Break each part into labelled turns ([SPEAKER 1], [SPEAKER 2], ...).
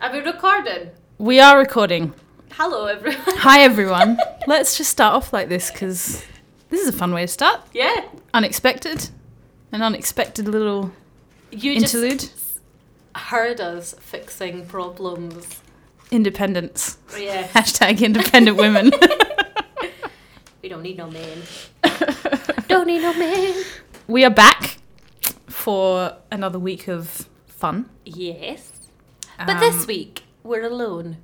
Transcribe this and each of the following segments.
[SPEAKER 1] Are we recording?
[SPEAKER 2] We are recording.
[SPEAKER 1] Hello, everyone.
[SPEAKER 2] Hi, everyone. Let's just start off like this because this is a fun way to start.
[SPEAKER 1] yeah,
[SPEAKER 2] Unexpected. An unexpected little
[SPEAKER 1] you
[SPEAKER 2] interlude.
[SPEAKER 1] just heard us fixing problems.
[SPEAKER 2] Independence.
[SPEAKER 1] Yeah,
[SPEAKER 2] Hashtag independent women.
[SPEAKER 1] we don't need no man. don't need no man.
[SPEAKER 2] we are back for another week of fun. Um,
[SPEAKER 1] Yes, but this week we're alone.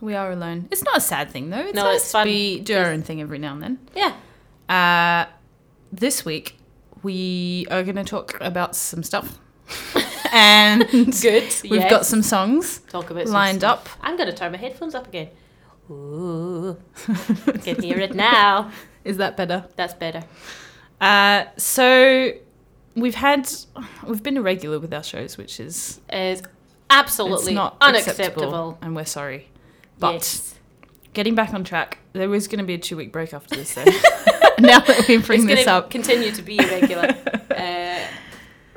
[SPEAKER 2] We are alone. It's not a sad thing though. It's
[SPEAKER 1] No,
[SPEAKER 2] nice
[SPEAKER 1] it's fun.
[SPEAKER 2] to be, do our own thing every now and then.
[SPEAKER 1] Yeah,
[SPEAKER 2] Uh, this week we are going to talk about some stuff, and
[SPEAKER 1] good.
[SPEAKER 2] we've got some songs
[SPEAKER 1] talk about some
[SPEAKER 2] lined
[SPEAKER 1] stuff.
[SPEAKER 2] up.
[SPEAKER 1] I'm gonna turn my headphones up again. Ooh, can hear it now.
[SPEAKER 2] Is that better?
[SPEAKER 1] That's better.
[SPEAKER 2] Uh, so we've had we've been irregular with our shows, which is
[SPEAKER 1] Is
[SPEAKER 2] it's
[SPEAKER 1] absolutely
[SPEAKER 2] not
[SPEAKER 1] unacceptable.
[SPEAKER 2] acceptable, and we're sorry. But
[SPEAKER 1] yes.
[SPEAKER 2] getting back on track, there is going to be a two week break after this. Then now that we bring
[SPEAKER 1] it's
[SPEAKER 2] this
[SPEAKER 1] gonna
[SPEAKER 2] up,
[SPEAKER 1] Continue to be irregular. uh,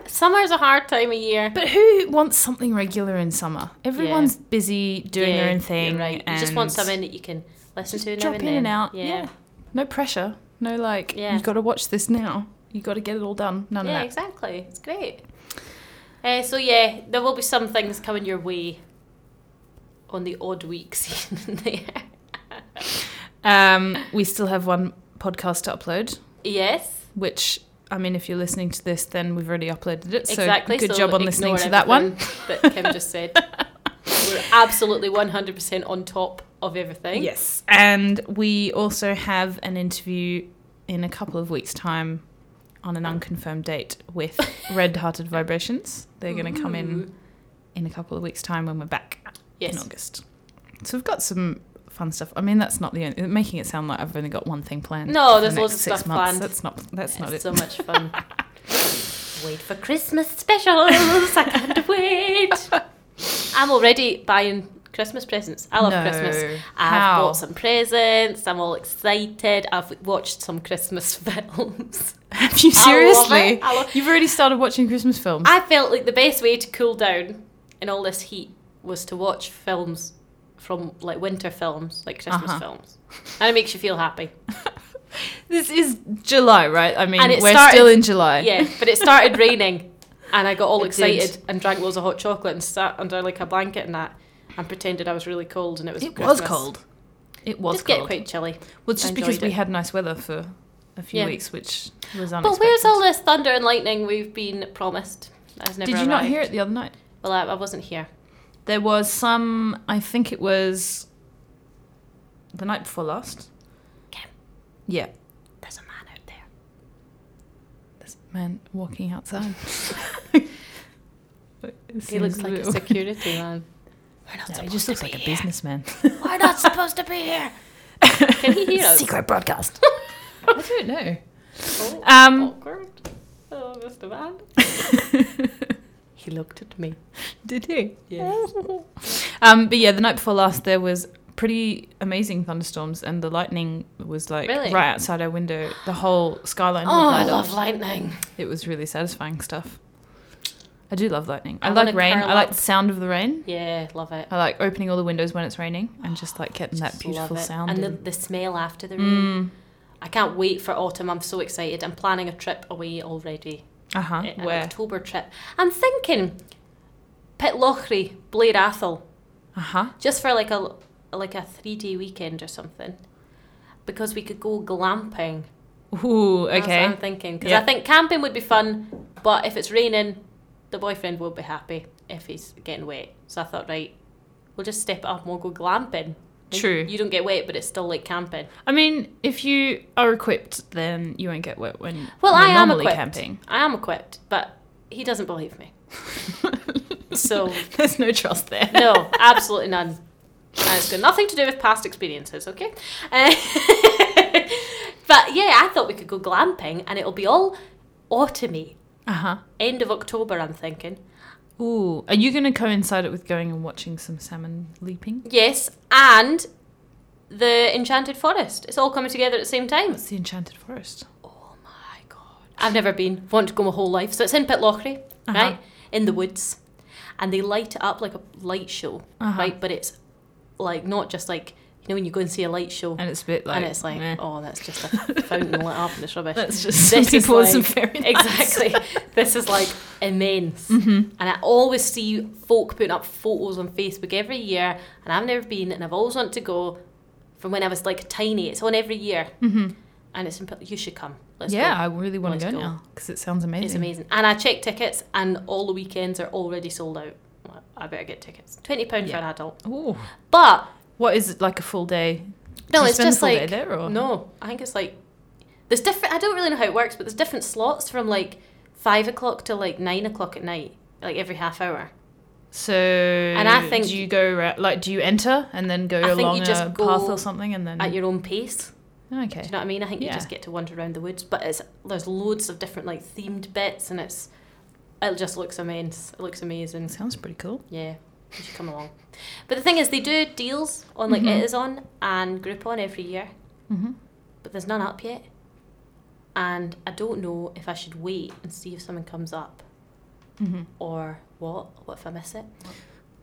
[SPEAKER 1] summer's a hard time of year.
[SPEAKER 2] But who wants something regular in summer? Everyone's busy doing
[SPEAKER 1] Yeah,
[SPEAKER 2] their own
[SPEAKER 1] you're
[SPEAKER 2] thing.
[SPEAKER 1] right. you just want
[SPEAKER 2] and
[SPEAKER 1] something that you can listen
[SPEAKER 2] just
[SPEAKER 1] to. now
[SPEAKER 2] Drop
[SPEAKER 1] and
[SPEAKER 2] in
[SPEAKER 1] then.
[SPEAKER 2] and out. Yeah.
[SPEAKER 1] Yeah.
[SPEAKER 2] No pressure. No like.
[SPEAKER 1] Yeah.
[SPEAKER 2] You've got to watch this now. You got to get it all done. None
[SPEAKER 1] Yeah,
[SPEAKER 2] of that.
[SPEAKER 1] exactly. It's great. Uh, so yeah, there will be some things coming your way on the odd weeks here and there.
[SPEAKER 2] Um, we still have one podcast to upload,
[SPEAKER 1] Yes.
[SPEAKER 2] which I mean, if you're listening to this, then we've already uploaded it. So
[SPEAKER 1] exactly.
[SPEAKER 2] Good
[SPEAKER 1] so
[SPEAKER 2] job on listening
[SPEAKER 1] ignore
[SPEAKER 2] to that one.
[SPEAKER 1] everything That Kim just said. We're absolutely 100% on top of everything.
[SPEAKER 2] Yes. And we also have an interview in a couple of weeks' time on an unconfirmed date with Red Hearted Vibrations. They're going to come in
[SPEAKER 1] Ooh.
[SPEAKER 2] in a couple of weeks' time when we're back in
[SPEAKER 1] Mm-hmm. Yes.
[SPEAKER 2] August. So we've got some fun stuff. I mean, that's not the only. Making it sound like I've only got one thing planned.
[SPEAKER 1] No,
[SPEAKER 2] for the
[SPEAKER 1] there's
[SPEAKER 2] next
[SPEAKER 1] loads of
[SPEAKER 2] six
[SPEAKER 1] stuff
[SPEAKER 2] months.
[SPEAKER 1] planned.
[SPEAKER 2] That's not. That's
[SPEAKER 1] It's
[SPEAKER 2] not it.
[SPEAKER 1] so much fun. wait for Christmas specials. I can't wait. I'm already buying Christmas presents. I love
[SPEAKER 2] No.
[SPEAKER 1] Christmas. I've
[SPEAKER 2] How?
[SPEAKER 1] bought some presents. I'm all excited. I've watched some Christmas films.
[SPEAKER 2] Have you
[SPEAKER 1] I love
[SPEAKER 2] seriously?
[SPEAKER 1] it. I, love-
[SPEAKER 2] You've already started watching Christmas films.
[SPEAKER 1] I felt like the best way to cool down in all this heat was to watch films from like winter films, like Christmas
[SPEAKER 2] Uh-huh.
[SPEAKER 1] films. And it makes you feel happy.
[SPEAKER 2] this is July, right? I mean,
[SPEAKER 1] And it
[SPEAKER 2] we're
[SPEAKER 1] started-
[SPEAKER 2] still in July.
[SPEAKER 1] Yeah, but it started raining, and I got all
[SPEAKER 2] It did.
[SPEAKER 1] excited and drank loads of hot chocolate and sat under like a blanket and that, and pretended I was really cold, and it was
[SPEAKER 2] It was
[SPEAKER 1] Christmas.
[SPEAKER 2] cold. It was
[SPEAKER 1] Just
[SPEAKER 2] cold.
[SPEAKER 1] get quite chilly.
[SPEAKER 2] Well, it's
[SPEAKER 1] I
[SPEAKER 2] just because
[SPEAKER 1] enjoyed
[SPEAKER 2] we
[SPEAKER 1] it.
[SPEAKER 2] had nice weather for a few
[SPEAKER 1] Yeah.
[SPEAKER 2] weeks, which was unexpected.
[SPEAKER 1] But where's all this thunder and lightning we've been promised? That has never
[SPEAKER 2] Did you not
[SPEAKER 1] arrived.
[SPEAKER 2] hear it the other night?
[SPEAKER 1] Well, I, I wasn't here.
[SPEAKER 2] There was some. I think it was the night before last.
[SPEAKER 1] Kim.
[SPEAKER 2] Yeah.
[SPEAKER 1] There's a man out there.
[SPEAKER 2] There's a man walking outside.
[SPEAKER 1] He looks like a security man. We're not
[SPEAKER 2] he just looks like a businessman.
[SPEAKER 1] We're not supposed to be here. Can he hear us?
[SPEAKER 2] Secret broadcast. I don't know.
[SPEAKER 1] Oh,
[SPEAKER 2] Um,
[SPEAKER 1] awkward. Oh, Mr. Man. Oh. He looked at me.
[SPEAKER 2] Did he?
[SPEAKER 1] Yeah.
[SPEAKER 2] Um, but yeah, the night before last, there was pretty amazing thunderstorms, and the lightning was like
[SPEAKER 1] Really?
[SPEAKER 2] right outside our window. The whole skyline.
[SPEAKER 1] Oh, I
[SPEAKER 2] was lit up.
[SPEAKER 1] love lightning.
[SPEAKER 2] It was really satisfying stuff. I do love lightning. I,
[SPEAKER 1] I
[SPEAKER 2] like
[SPEAKER 1] wanna
[SPEAKER 2] rain.
[SPEAKER 1] curl
[SPEAKER 2] I like
[SPEAKER 1] up.
[SPEAKER 2] the sound of the rain.
[SPEAKER 1] Yeah, love it.
[SPEAKER 2] I like opening all the windows when it's raining and just like getting that
[SPEAKER 1] Just
[SPEAKER 2] beautiful
[SPEAKER 1] love it.
[SPEAKER 2] sound.
[SPEAKER 1] and the,
[SPEAKER 2] in.
[SPEAKER 1] the smell after the rain.
[SPEAKER 2] Mm,
[SPEAKER 1] I can't wait for autumn. I'm so excited. I'm planning a trip away already.
[SPEAKER 2] uh huh.
[SPEAKER 1] Eh, An
[SPEAKER 2] Where?
[SPEAKER 1] October trip. I'm thinking Pitlochry, Blair Athol,
[SPEAKER 2] Uh huh.
[SPEAKER 1] just for like a like a three day weekend or something, because we could go glamping.
[SPEAKER 2] Ooh.
[SPEAKER 1] That's what
[SPEAKER 2] Okay.
[SPEAKER 1] I'm thinking because
[SPEAKER 2] Yeah.
[SPEAKER 1] I think camping would be fun, but if it's raining, the boyfriend won't be happy if he's getting wet. So I thought, right, we'll just step it up and we'll go glamping. Like,
[SPEAKER 2] True.
[SPEAKER 1] You don't get wet, but it's still like camping.
[SPEAKER 2] I mean, if you are equipped, then you won't get wet when
[SPEAKER 1] Well,
[SPEAKER 2] you're
[SPEAKER 1] I am
[SPEAKER 2] normally
[SPEAKER 1] equipped.
[SPEAKER 2] camping.
[SPEAKER 1] I am equipped, but he doesn't believe me. so
[SPEAKER 2] There's no trust there.
[SPEAKER 1] no, absolutely none. And it's got nothing to do with past experiences, okay? Uh, but yeah, I thought we could go glamping, and it'll be all autumny,
[SPEAKER 2] Uh huh.
[SPEAKER 1] end of October. I'm thinking.
[SPEAKER 2] Ooh, are you going to coincide it with going and watching some salmon leaping?
[SPEAKER 1] Yes, and the Enchanted Forest. It's all coming together at the same time.
[SPEAKER 2] It's the Enchanted Forest.
[SPEAKER 1] Oh my god! I've never been. Want to go my whole life. So it's in Pitlochry,
[SPEAKER 2] Uh-huh.
[SPEAKER 1] right? In the woods, and they light it up like a light show,
[SPEAKER 2] Uh-huh.
[SPEAKER 1] right? But it's like not just like you know when you go and see a light show
[SPEAKER 2] And it's a bit like.
[SPEAKER 1] and it's like
[SPEAKER 2] meh.
[SPEAKER 1] oh that's just a fountain lit up and it's rubbish.
[SPEAKER 2] That's just
[SPEAKER 1] This is
[SPEAKER 2] people with some
[SPEAKER 1] like-
[SPEAKER 2] fairy lights.
[SPEAKER 1] exactly. this is like immense,
[SPEAKER 2] Mm-hmm,
[SPEAKER 1] and I always see folk putting up photos on Facebook every year, and I've never been, and I've always wanted to go from when I was like tiny. It's on every year,
[SPEAKER 2] Mhm.
[SPEAKER 1] and it's imp- you should come. Let's
[SPEAKER 2] Yeah,
[SPEAKER 1] go.
[SPEAKER 2] I really want
[SPEAKER 1] Let's
[SPEAKER 2] to go,
[SPEAKER 1] go.
[SPEAKER 2] now because it sounds amazing.
[SPEAKER 1] It's amazing. And I checked tickets, and all the weekends are already sold out. Well, I better get tickets. Twenty pound
[SPEAKER 2] Yeah.
[SPEAKER 1] for an adult,
[SPEAKER 2] Ooh.
[SPEAKER 1] but
[SPEAKER 2] What is it like a full day?
[SPEAKER 1] no,
[SPEAKER 2] Do you
[SPEAKER 1] it's
[SPEAKER 2] spend
[SPEAKER 1] just
[SPEAKER 2] the full day
[SPEAKER 1] like
[SPEAKER 2] there or?
[SPEAKER 1] no. I think it's like there's different. I don't really know how it works, but there's different slots from like five o'clock to like nine o'clock at night, like every half hour.
[SPEAKER 2] So and
[SPEAKER 1] I think-
[SPEAKER 2] do you go ra- like do you enter and then go
[SPEAKER 1] I think you
[SPEAKER 2] along
[SPEAKER 1] just
[SPEAKER 2] a
[SPEAKER 1] go
[SPEAKER 2] path or something and then
[SPEAKER 1] At your own pace, do
[SPEAKER 2] Mm. okay
[SPEAKER 1] you know what I mean? I think you
[SPEAKER 2] Yeah.
[SPEAKER 1] just get to wander around the woods, but it's there's loads of different like themed bits, and it's it just looks immense. It looks amazing.
[SPEAKER 2] sounds pretty cool.
[SPEAKER 1] Yeah, you should come along. But the thing is, they do deals on like
[SPEAKER 2] Mhm.
[SPEAKER 1] Itizon and Groupon every year,
[SPEAKER 2] Mm-hmm.
[SPEAKER 1] but there's none up yet. And I don't know if I should wait and see if something comes up
[SPEAKER 2] Mm-hmm.
[SPEAKER 1] or what. What if I miss it?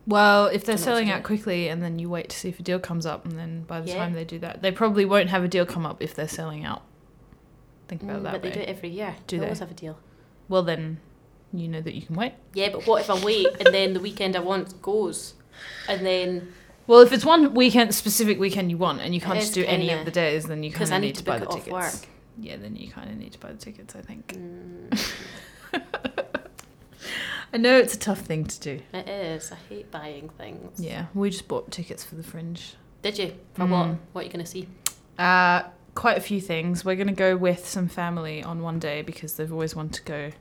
[SPEAKER 2] Well, if
[SPEAKER 1] Don't know
[SPEAKER 2] they're
[SPEAKER 1] what to
[SPEAKER 2] selling
[SPEAKER 1] do.
[SPEAKER 2] out quickly and then you wait to see if a deal comes up and then by the
[SPEAKER 1] Yeah.
[SPEAKER 2] time they do that, they probably won't have a deal come up if they're selling out. Think about
[SPEAKER 1] Mm,
[SPEAKER 2] that
[SPEAKER 1] but
[SPEAKER 2] way.
[SPEAKER 1] they do it every year.
[SPEAKER 2] Do
[SPEAKER 1] they,
[SPEAKER 2] they?
[SPEAKER 1] always have a deal.
[SPEAKER 2] Well then, you know that you can wait.
[SPEAKER 1] Yeah, but what if I wait and then the weekend I want goes, and then
[SPEAKER 2] Well, if it's one weekend specific weekend you want and you
[SPEAKER 1] It
[SPEAKER 2] can't
[SPEAKER 1] is
[SPEAKER 2] just do any
[SPEAKER 1] kinda-
[SPEAKER 2] of the days, then you
[SPEAKER 1] because
[SPEAKER 2] kind
[SPEAKER 1] I
[SPEAKER 2] of
[SPEAKER 1] need,
[SPEAKER 2] need
[SPEAKER 1] to
[SPEAKER 2] buy
[SPEAKER 1] book
[SPEAKER 2] the
[SPEAKER 1] it off
[SPEAKER 2] tickets.
[SPEAKER 1] work.
[SPEAKER 2] Yeah, then you kind of need to buy the tickets, I think.
[SPEAKER 1] Mm,
[SPEAKER 2] I know it's a tough thing to do.
[SPEAKER 1] it is. I hate buying things.
[SPEAKER 2] Yeah, we just bought tickets for the Fringe.
[SPEAKER 1] Did you? For what?
[SPEAKER 2] Mm.
[SPEAKER 1] What are you going to see?
[SPEAKER 2] Uh, quite a few things. We're going to go with some family on one day because they've always wanted to go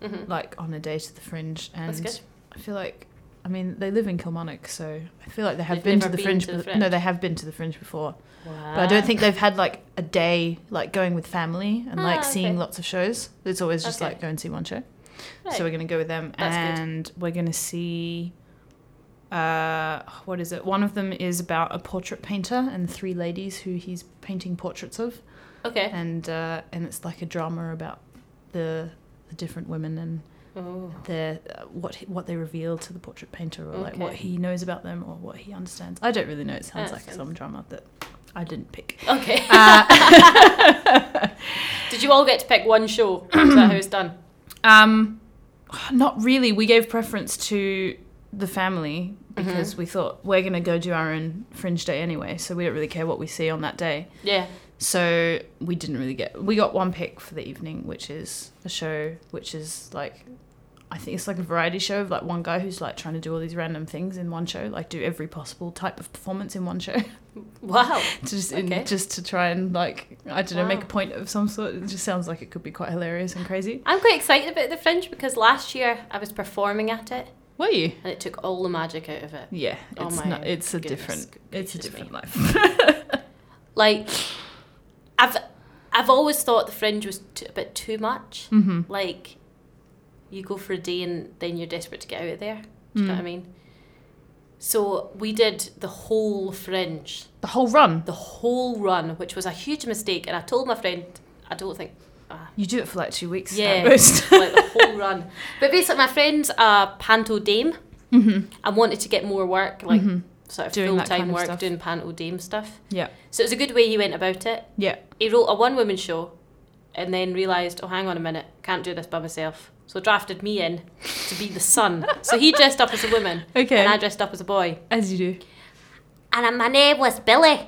[SPEAKER 1] Mm-hmm.
[SPEAKER 2] like on a day to the Fringe, and
[SPEAKER 1] That's good.
[SPEAKER 2] I feel like. I mean, they live in Kilmarnock, so I feel like they have
[SPEAKER 1] They've
[SPEAKER 2] been to
[SPEAKER 1] never
[SPEAKER 2] the
[SPEAKER 1] been
[SPEAKER 2] fringe.
[SPEAKER 1] to the
[SPEAKER 2] bef-
[SPEAKER 1] Fringe. Ah.
[SPEAKER 2] No, they have been to the fringe before,
[SPEAKER 1] Wow.
[SPEAKER 2] but I don't think they've had like a day like going with family and
[SPEAKER 1] Ah,
[SPEAKER 2] like
[SPEAKER 1] okay.
[SPEAKER 2] seeing lots of shows. It's always just
[SPEAKER 1] Okay.
[SPEAKER 2] like go and see one show.
[SPEAKER 1] Right.
[SPEAKER 2] So we're going to go with them,
[SPEAKER 1] That's good.
[SPEAKER 2] and we're going to see. Uh, what is it? One of them is about a portrait painter and three ladies who he's painting portraits of,
[SPEAKER 1] okay.
[SPEAKER 2] and uh, and it's like a drama about the the different women and
[SPEAKER 1] Oh.
[SPEAKER 2] their uh, what he- what they reveal to the portrait painter, or like what
[SPEAKER 1] Okay.
[SPEAKER 2] he knows about them, or what he understands. I don't really know. It sounds
[SPEAKER 1] That
[SPEAKER 2] like
[SPEAKER 1] sounds-
[SPEAKER 2] some drama that I didn't pick.
[SPEAKER 1] Okay.
[SPEAKER 2] Uh,
[SPEAKER 1] Did you all get to pick one show? Is that how it's done?
[SPEAKER 2] Um, not really. We gave preference to the family because we thought we're going to go do our own fringe day anyway, so we don't really care what we see on that day.
[SPEAKER 1] Yeah.
[SPEAKER 2] So we didn't really get. We got one pick for the evening, which is a show which is like. I think it's like a variety show of like one guy who's like trying to do all these random things in one show, like do every possible type of performance in one show,
[SPEAKER 1] Wow.
[SPEAKER 2] to just in,
[SPEAKER 1] Okay.
[SPEAKER 2] just to try and like I don't know make a
[SPEAKER 1] Wow.
[SPEAKER 2] point of some sort. It just sounds like it could be quite hilarious and crazy.
[SPEAKER 1] I'm quite excited about the Fringe because last year I was performing at it
[SPEAKER 2] Were you?
[SPEAKER 1] and it took all the magic out of it.
[SPEAKER 2] Yeah,
[SPEAKER 1] Oh
[SPEAKER 2] it's
[SPEAKER 1] my
[SPEAKER 2] not. It's a
[SPEAKER 1] goodness
[SPEAKER 2] different. It's a
[SPEAKER 1] gracious
[SPEAKER 2] different
[SPEAKER 1] me.
[SPEAKER 2] life.
[SPEAKER 1] Like, I've I've always thought the Fringe was t- a bit too much.
[SPEAKER 2] mm-hmm.
[SPEAKER 1] Like, you go for a day and then you're desperate to get out of there. Do you
[SPEAKER 2] Mm.
[SPEAKER 1] know what I mean? So we did the whole Fringe.
[SPEAKER 2] The whole run.
[SPEAKER 1] the whole run, which was a huge mistake. And I told my friend, I don't think, uh,
[SPEAKER 2] You do it for like two weeks
[SPEAKER 1] Yeah.
[SPEAKER 2] at most.
[SPEAKER 1] like the whole run. But basically, my friend's a panto dame
[SPEAKER 2] mm-hmm.
[SPEAKER 1] and wanted to get more work, like
[SPEAKER 2] Mhm.
[SPEAKER 1] sort of
[SPEAKER 2] Doing
[SPEAKER 1] full
[SPEAKER 2] that
[SPEAKER 1] time
[SPEAKER 2] kind of
[SPEAKER 1] work
[SPEAKER 2] stuff.
[SPEAKER 1] doing panto dame stuff.
[SPEAKER 2] Yeah.
[SPEAKER 1] So it was a good way he went about it.
[SPEAKER 2] Yeah.
[SPEAKER 1] He wrote a one woman show and then realised, oh, hang on a minute, can't do this by myself. So drafted me in to be the son. so he dressed up as a woman
[SPEAKER 2] Okay.
[SPEAKER 1] and I dressed up as a boy.
[SPEAKER 2] As you do.
[SPEAKER 3] and uh, my name was Billy,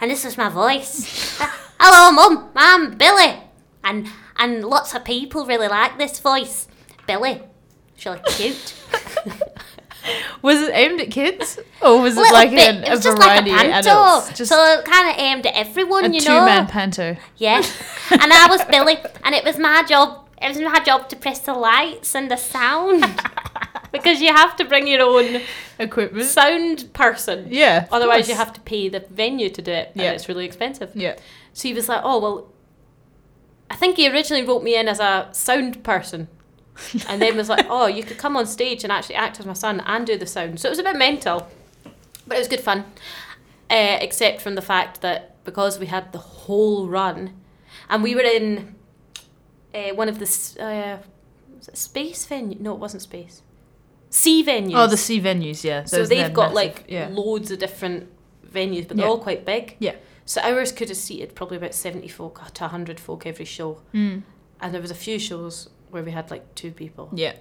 [SPEAKER 3] and this was my voice. Hello, Mum, I'm Billy, and and lots of people really like this voice, Billy. She's really cute.
[SPEAKER 2] Was it aimed at kids, or was it
[SPEAKER 3] Little
[SPEAKER 2] like
[SPEAKER 3] bit-
[SPEAKER 2] an,
[SPEAKER 3] it
[SPEAKER 2] a
[SPEAKER 3] was just
[SPEAKER 2] variety
[SPEAKER 3] like a
[SPEAKER 2] of
[SPEAKER 3] panto,
[SPEAKER 2] adults? Just
[SPEAKER 3] so kind of aimed at everyone,
[SPEAKER 2] a
[SPEAKER 3] you know.
[SPEAKER 2] two-man panto.
[SPEAKER 3] Yeah, and I was Billy, and it was my job. It was my job to press the lights and the sound.
[SPEAKER 1] Because you have to bring your own
[SPEAKER 2] Equipment.
[SPEAKER 1] sound person.
[SPEAKER 2] yeah. of
[SPEAKER 1] Otherwise, you
[SPEAKER 2] course.
[SPEAKER 1] have to pay the venue to do it, and
[SPEAKER 2] Yeah.
[SPEAKER 1] it's really expensive.
[SPEAKER 2] Yeah.
[SPEAKER 1] So he was like, "Oh well." I think he originally wrote me in as a sound person, and then was like, "Oh, you could come on stage and actually act as my son and do the sound." So it was a bit mental, but it was good fun. Uh, except from the fact that because we had the whole run, and we were in uh, one of the s- uh, was it space venue. No, it wasn't space. C venues.
[SPEAKER 2] Oh, the C venues, yeah.
[SPEAKER 1] so
[SPEAKER 2] Those-
[SPEAKER 1] they've
[SPEAKER 2] they're
[SPEAKER 1] got
[SPEAKER 2] massive,
[SPEAKER 1] like
[SPEAKER 2] yeah.
[SPEAKER 1] loads of different venues, but they're
[SPEAKER 2] Yeah.
[SPEAKER 1] all quite big.
[SPEAKER 2] Yeah.
[SPEAKER 1] So ours could have seated probably about seventy folk to hundred folk every show,
[SPEAKER 2] Mm.
[SPEAKER 1] and there was a few shows where we had like two people,
[SPEAKER 2] Yeah.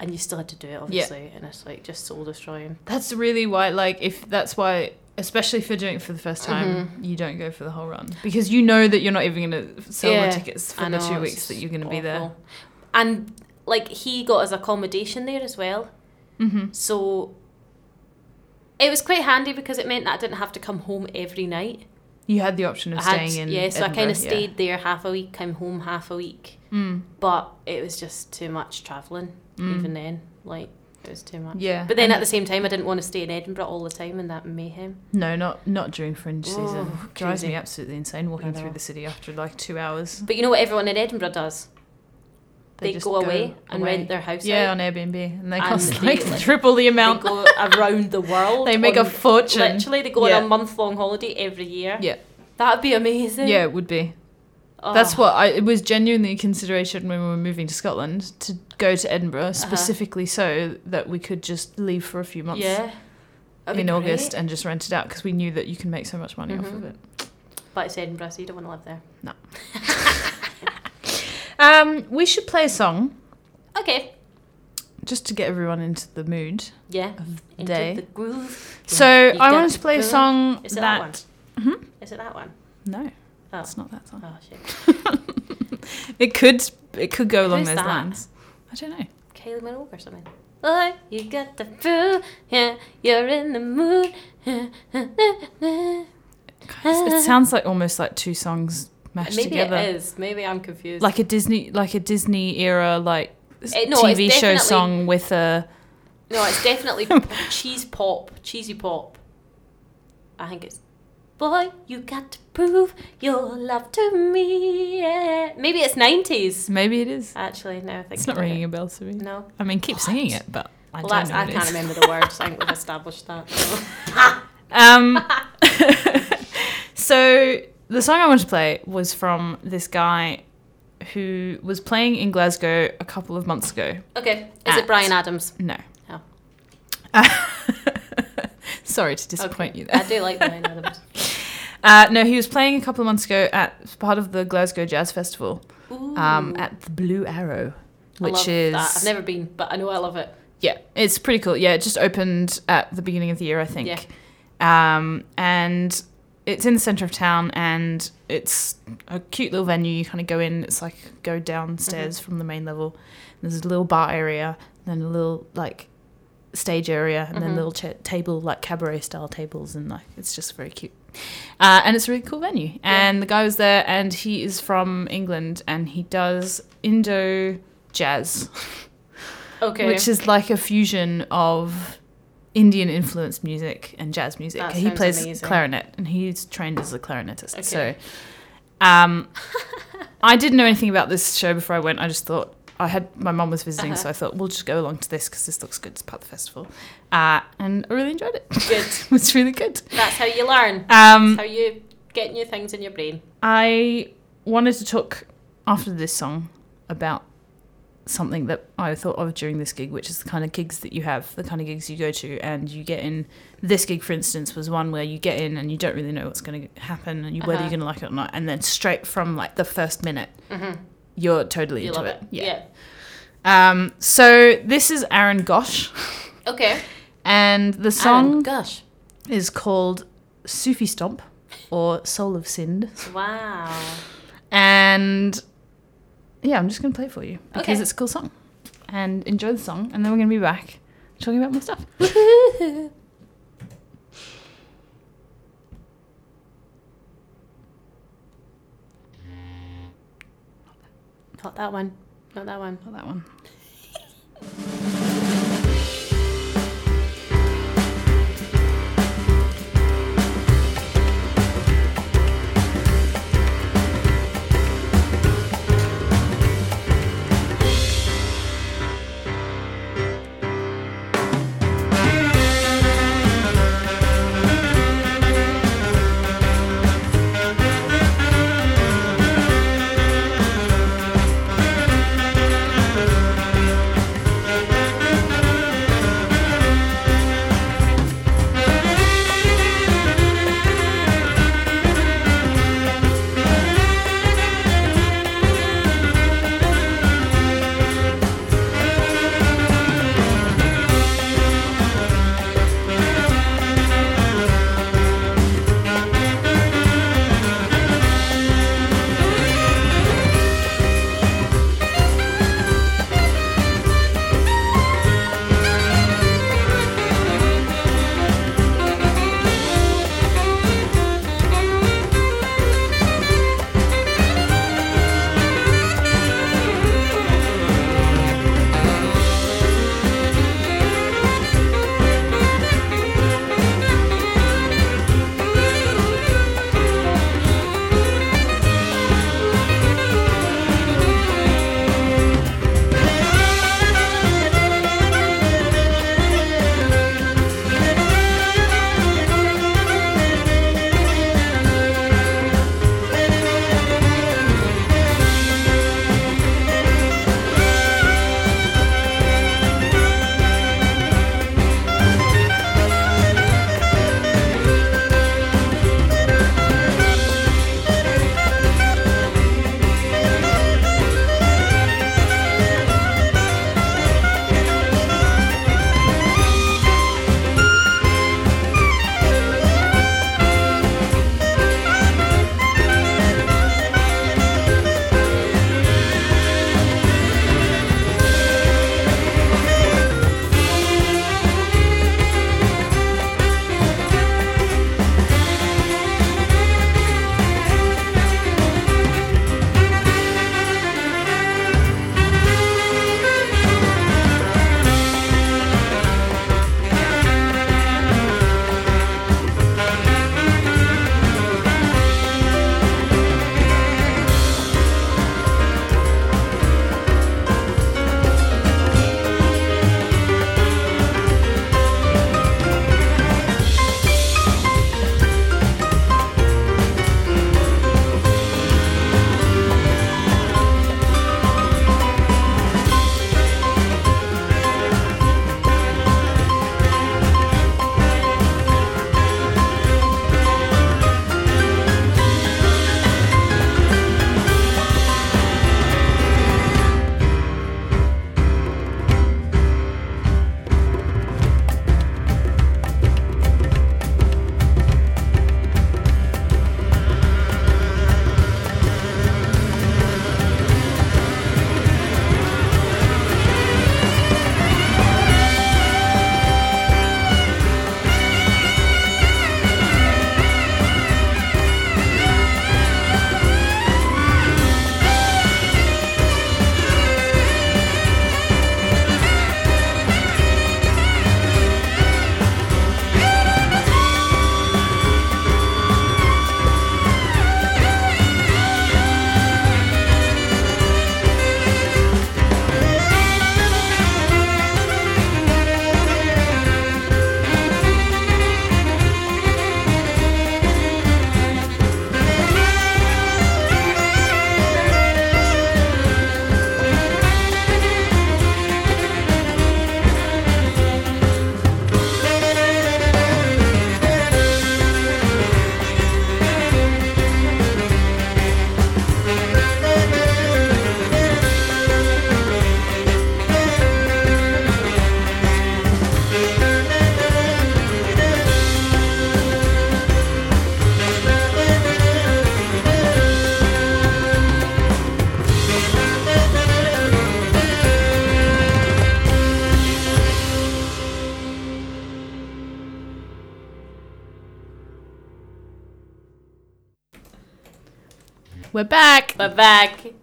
[SPEAKER 1] and you still had to do it obviously, and it's like just soul destroying.
[SPEAKER 2] That's really why, like, if that's why, especially if you're doing it for the first time,
[SPEAKER 1] Mm-hmm.
[SPEAKER 2] you don't go for the whole run because you know that you're not even going to sell
[SPEAKER 1] Yeah,
[SPEAKER 2] the tickets for
[SPEAKER 1] I know,
[SPEAKER 2] the two
[SPEAKER 1] it's
[SPEAKER 2] weeks that
[SPEAKER 1] just
[SPEAKER 2] you're going to be there.
[SPEAKER 1] awful. and like he got his accommodation there as well,
[SPEAKER 2] Mm-hmm.
[SPEAKER 1] so it was quite handy because it meant that I didn't have to come home every night.
[SPEAKER 2] You had the option of
[SPEAKER 1] I had-
[SPEAKER 2] staying in.
[SPEAKER 1] yeah, so I kind
[SPEAKER 2] Edinburgh,
[SPEAKER 1] of stayed there half a week, came home half a week.
[SPEAKER 2] Yeah. Mm.
[SPEAKER 1] but it was just too much travelling
[SPEAKER 2] Mm.
[SPEAKER 1] even then like it was too much
[SPEAKER 2] Yeah.
[SPEAKER 1] but then
[SPEAKER 2] and-
[SPEAKER 1] at the same time i didn't want to stay in edinburgh all the time in that mayhem
[SPEAKER 2] No, not not during fringe season.
[SPEAKER 1] Oh,
[SPEAKER 2] Drives me
[SPEAKER 1] crazy.
[SPEAKER 2] absolutely insane
[SPEAKER 1] I
[SPEAKER 2] walking
[SPEAKER 1] know.
[SPEAKER 2] through the city after like two hours.
[SPEAKER 1] but you know what everyone in edinburgh does they,
[SPEAKER 2] just
[SPEAKER 1] go, away and
[SPEAKER 2] away.
[SPEAKER 1] rent their house
[SPEAKER 2] Yeah,
[SPEAKER 1] out
[SPEAKER 2] on Airbnb, and they
[SPEAKER 1] And
[SPEAKER 2] cost
[SPEAKER 1] they,
[SPEAKER 2] like,
[SPEAKER 1] like-
[SPEAKER 2] triple the amount.
[SPEAKER 1] they go around the world
[SPEAKER 2] They make a
[SPEAKER 1] on-
[SPEAKER 2] fortune.
[SPEAKER 1] literally they go on
[SPEAKER 2] Yeah.
[SPEAKER 1] a month-long holiday every year
[SPEAKER 2] Yeah.
[SPEAKER 1] that would be amazing
[SPEAKER 2] Yeah, it would be.
[SPEAKER 1] Oh,
[SPEAKER 2] That's what I. It was genuinely a consideration when we were moving to Scotland to go to
[SPEAKER 1] Uh-huh.
[SPEAKER 2] Edinburgh specifically so that we could just leave for a few months
[SPEAKER 1] yeah That'd be
[SPEAKER 2] in August
[SPEAKER 1] great.
[SPEAKER 2] and just rent it out because we knew that you can make so much money off of
[SPEAKER 1] Mhm.
[SPEAKER 2] it.
[SPEAKER 1] but it's edinburgh so you don't want to live there
[SPEAKER 2] Um, we should play a song
[SPEAKER 1] okay
[SPEAKER 2] just to get everyone into the mood
[SPEAKER 1] yeah
[SPEAKER 2] of the
[SPEAKER 1] into
[SPEAKER 2] day.
[SPEAKER 1] the groove
[SPEAKER 2] so
[SPEAKER 1] You
[SPEAKER 2] I
[SPEAKER 1] got
[SPEAKER 2] wanted to play a
[SPEAKER 1] the-
[SPEAKER 2] song
[SPEAKER 1] is it that,
[SPEAKER 2] that. Hmm?
[SPEAKER 1] one is it that one
[SPEAKER 2] No,
[SPEAKER 1] Oh.
[SPEAKER 2] it's not that song.
[SPEAKER 1] oh shit
[SPEAKER 2] It could. It could go along
[SPEAKER 1] Who's
[SPEAKER 2] those
[SPEAKER 1] that?
[SPEAKER 2] lines. I don't know.
[SPEAKER 1] Kylie Minogue or something. Oh, you got the flu, yeah, you're in the mood.
[SPEAKER 2] Guys, it sounds like almost like two songs mashed
[SPEAKER 1] Maybe
[SPEAKER 2] together.
[SPEAKER 1] it is. Maybe I'm confused.
[SPEAKER 2] like a Disney, like a Disney era, like s-
[SPEAKER 1] Eh, no, it's
[SPEAKER 2] TV show
[SPEAKER 1] definitely-
[SPEAKER 2] song with a.
[SPEAKER 1] no, it's definitely cheese pop, cheesy pop. I think it's. Boy, you got to prove your love to me. Yeah. Maybe it's nineties.
[SPEAKER 2] Maybe it is.
[SPEAKER 1] Actually, no, I think
[SPEAKER 2] It's not
[SPEAKER 1] about
[SPEAKER 2] ringing
[SPEAKER 1] It.
[SPEAKER 2] a bell to me.
[SPEAKER 1] No.
[SPEAKER 2] I mean, keep singing it, but I
[SPEAKER 1] well,
[SPEAKER 2] don't
[SPEAKER 1] that's,
[SPEAKER 2] know.
[SPEAKER 1] I
[SPEAKER 2] what it
[SPEAKER 1] can't
[SPEAKER 2] is.
[SPEAKER 1] remember the words. I think we've established that.
[SPEAKER 2] Um, so the song I wanted to play was from this guy who was playing in Glasgow a couple of months ago.
[SPEAKER 1] Okay, is
[SPEAKER 2] At-
[SPEAKER 1] it Brian Adams?
[SPEAKER 2] No.
[SPEAKER 1] Oh.
[SPEAKER 2] Sorry to disappoint you there.
[SPEAKER 1] I do like Brian Adams.
[SPEAKER 2] Uh, no, he was playing a couple of months ago at part of the Glasgow Jazz Festival
[SPEAKER 1] Ooh.
[SPEAKER 2] um, at the Blue Arrow, which
[SPEAKER 1] I love
[SPEAKER 2] is
[SPEAKER 1] that. I've never been, but I know I love it.
[SPEAKER 2] yeah, it's pretty cool. Yeah, it just opened at the beginning of the year, I think.
[SPEAKER 1] Yeah.
[SPEAKER 2] Um, and it's in the center of town, and it's a cute little venue. You kind of go in. It's like go downstairs from the main level. and there's a little bar area, and then a little like stage area, and then
[SPEAKER 1] Mhm.
[SPEAKER 2] little cha- table like cabaret style tables, and like it's just very cute. Uh, and it's a really cool venue. And the guy was there, and he is from England, and he does Indo jazz
[SPEAKER 1] Okay.
[SPEAKER 2] which is like a fusion of Indian influenced music and jazz music.
[SPEAKER 1] That
[SPEAKER 2] he
[SPEAKER 1] sounds
[SPEAKER 2] plays
[SPEAKER 1] amazing.
[SPEAKER 2] clarinet and he's trained as a clarinetist. So
[SPEAKER 1] Okay.
[SPEAKER 2] um, I didn't know anything about this show before I went. I just thought I had my mum was visiting,
[SPEAKER 1] Uh-huh.
[SPEAKER 2] so I thought we'll just go along to this because this looks good. It's part of the festival, uh, and I really enjoyed it.
[SPEAKER 1] Good.
[SPEAKER 2] it was really good.
[SPEAKER 1] That's how you learn. That's
[SPEAKER 2] Um,
[SPEAKER 1] how you get new things in your brain.
[SPEAKER 2] I wanted to talk after this song about something that I thought of during this gig, which is the kind of gigs that you have, the kind of gigs you go to, and you get in. This gig, for instance, was one where you get in and you don't really know what's going to happen and you, whether you're
[SPEAKER 1] Uh-huh.
[SPEAKER 2] going to like it or not, and then straight from like the first minute,
[SPEAKER 1] Mhm.
[SPEAKER 2] you're totally
[SPEAKER 1] You
[SPEAKER 2] into
[SPEAKER 1] love it.
[SPEAKER 2] Yeah. Um. So this is Aaron Gosh,
[SPEAKER 1] Okay.
[SPEAKER 2] and the song
[SPEAKER 1] Aaron, Oh, gosh.
[SPEAKER 2] is called Sufi Stomp or Soul of Sind.
[SPEAKER 1] Wow.
[SPEAKER 2] And yeah, I'm just going to play it for you because
[SPEAKER 1] Okay.
[SPEAKER 2] it's a cool song. And enjoy the song, and then we're going to be back talking about more stuff.
[SPEAKER 1] Not that one. Not that one.
[SPEAKER 2] Not that one.
[SPEAKER 1] Ooh,
[SPEAKER 2] We're back.
[SPEAKER 1] We're back. It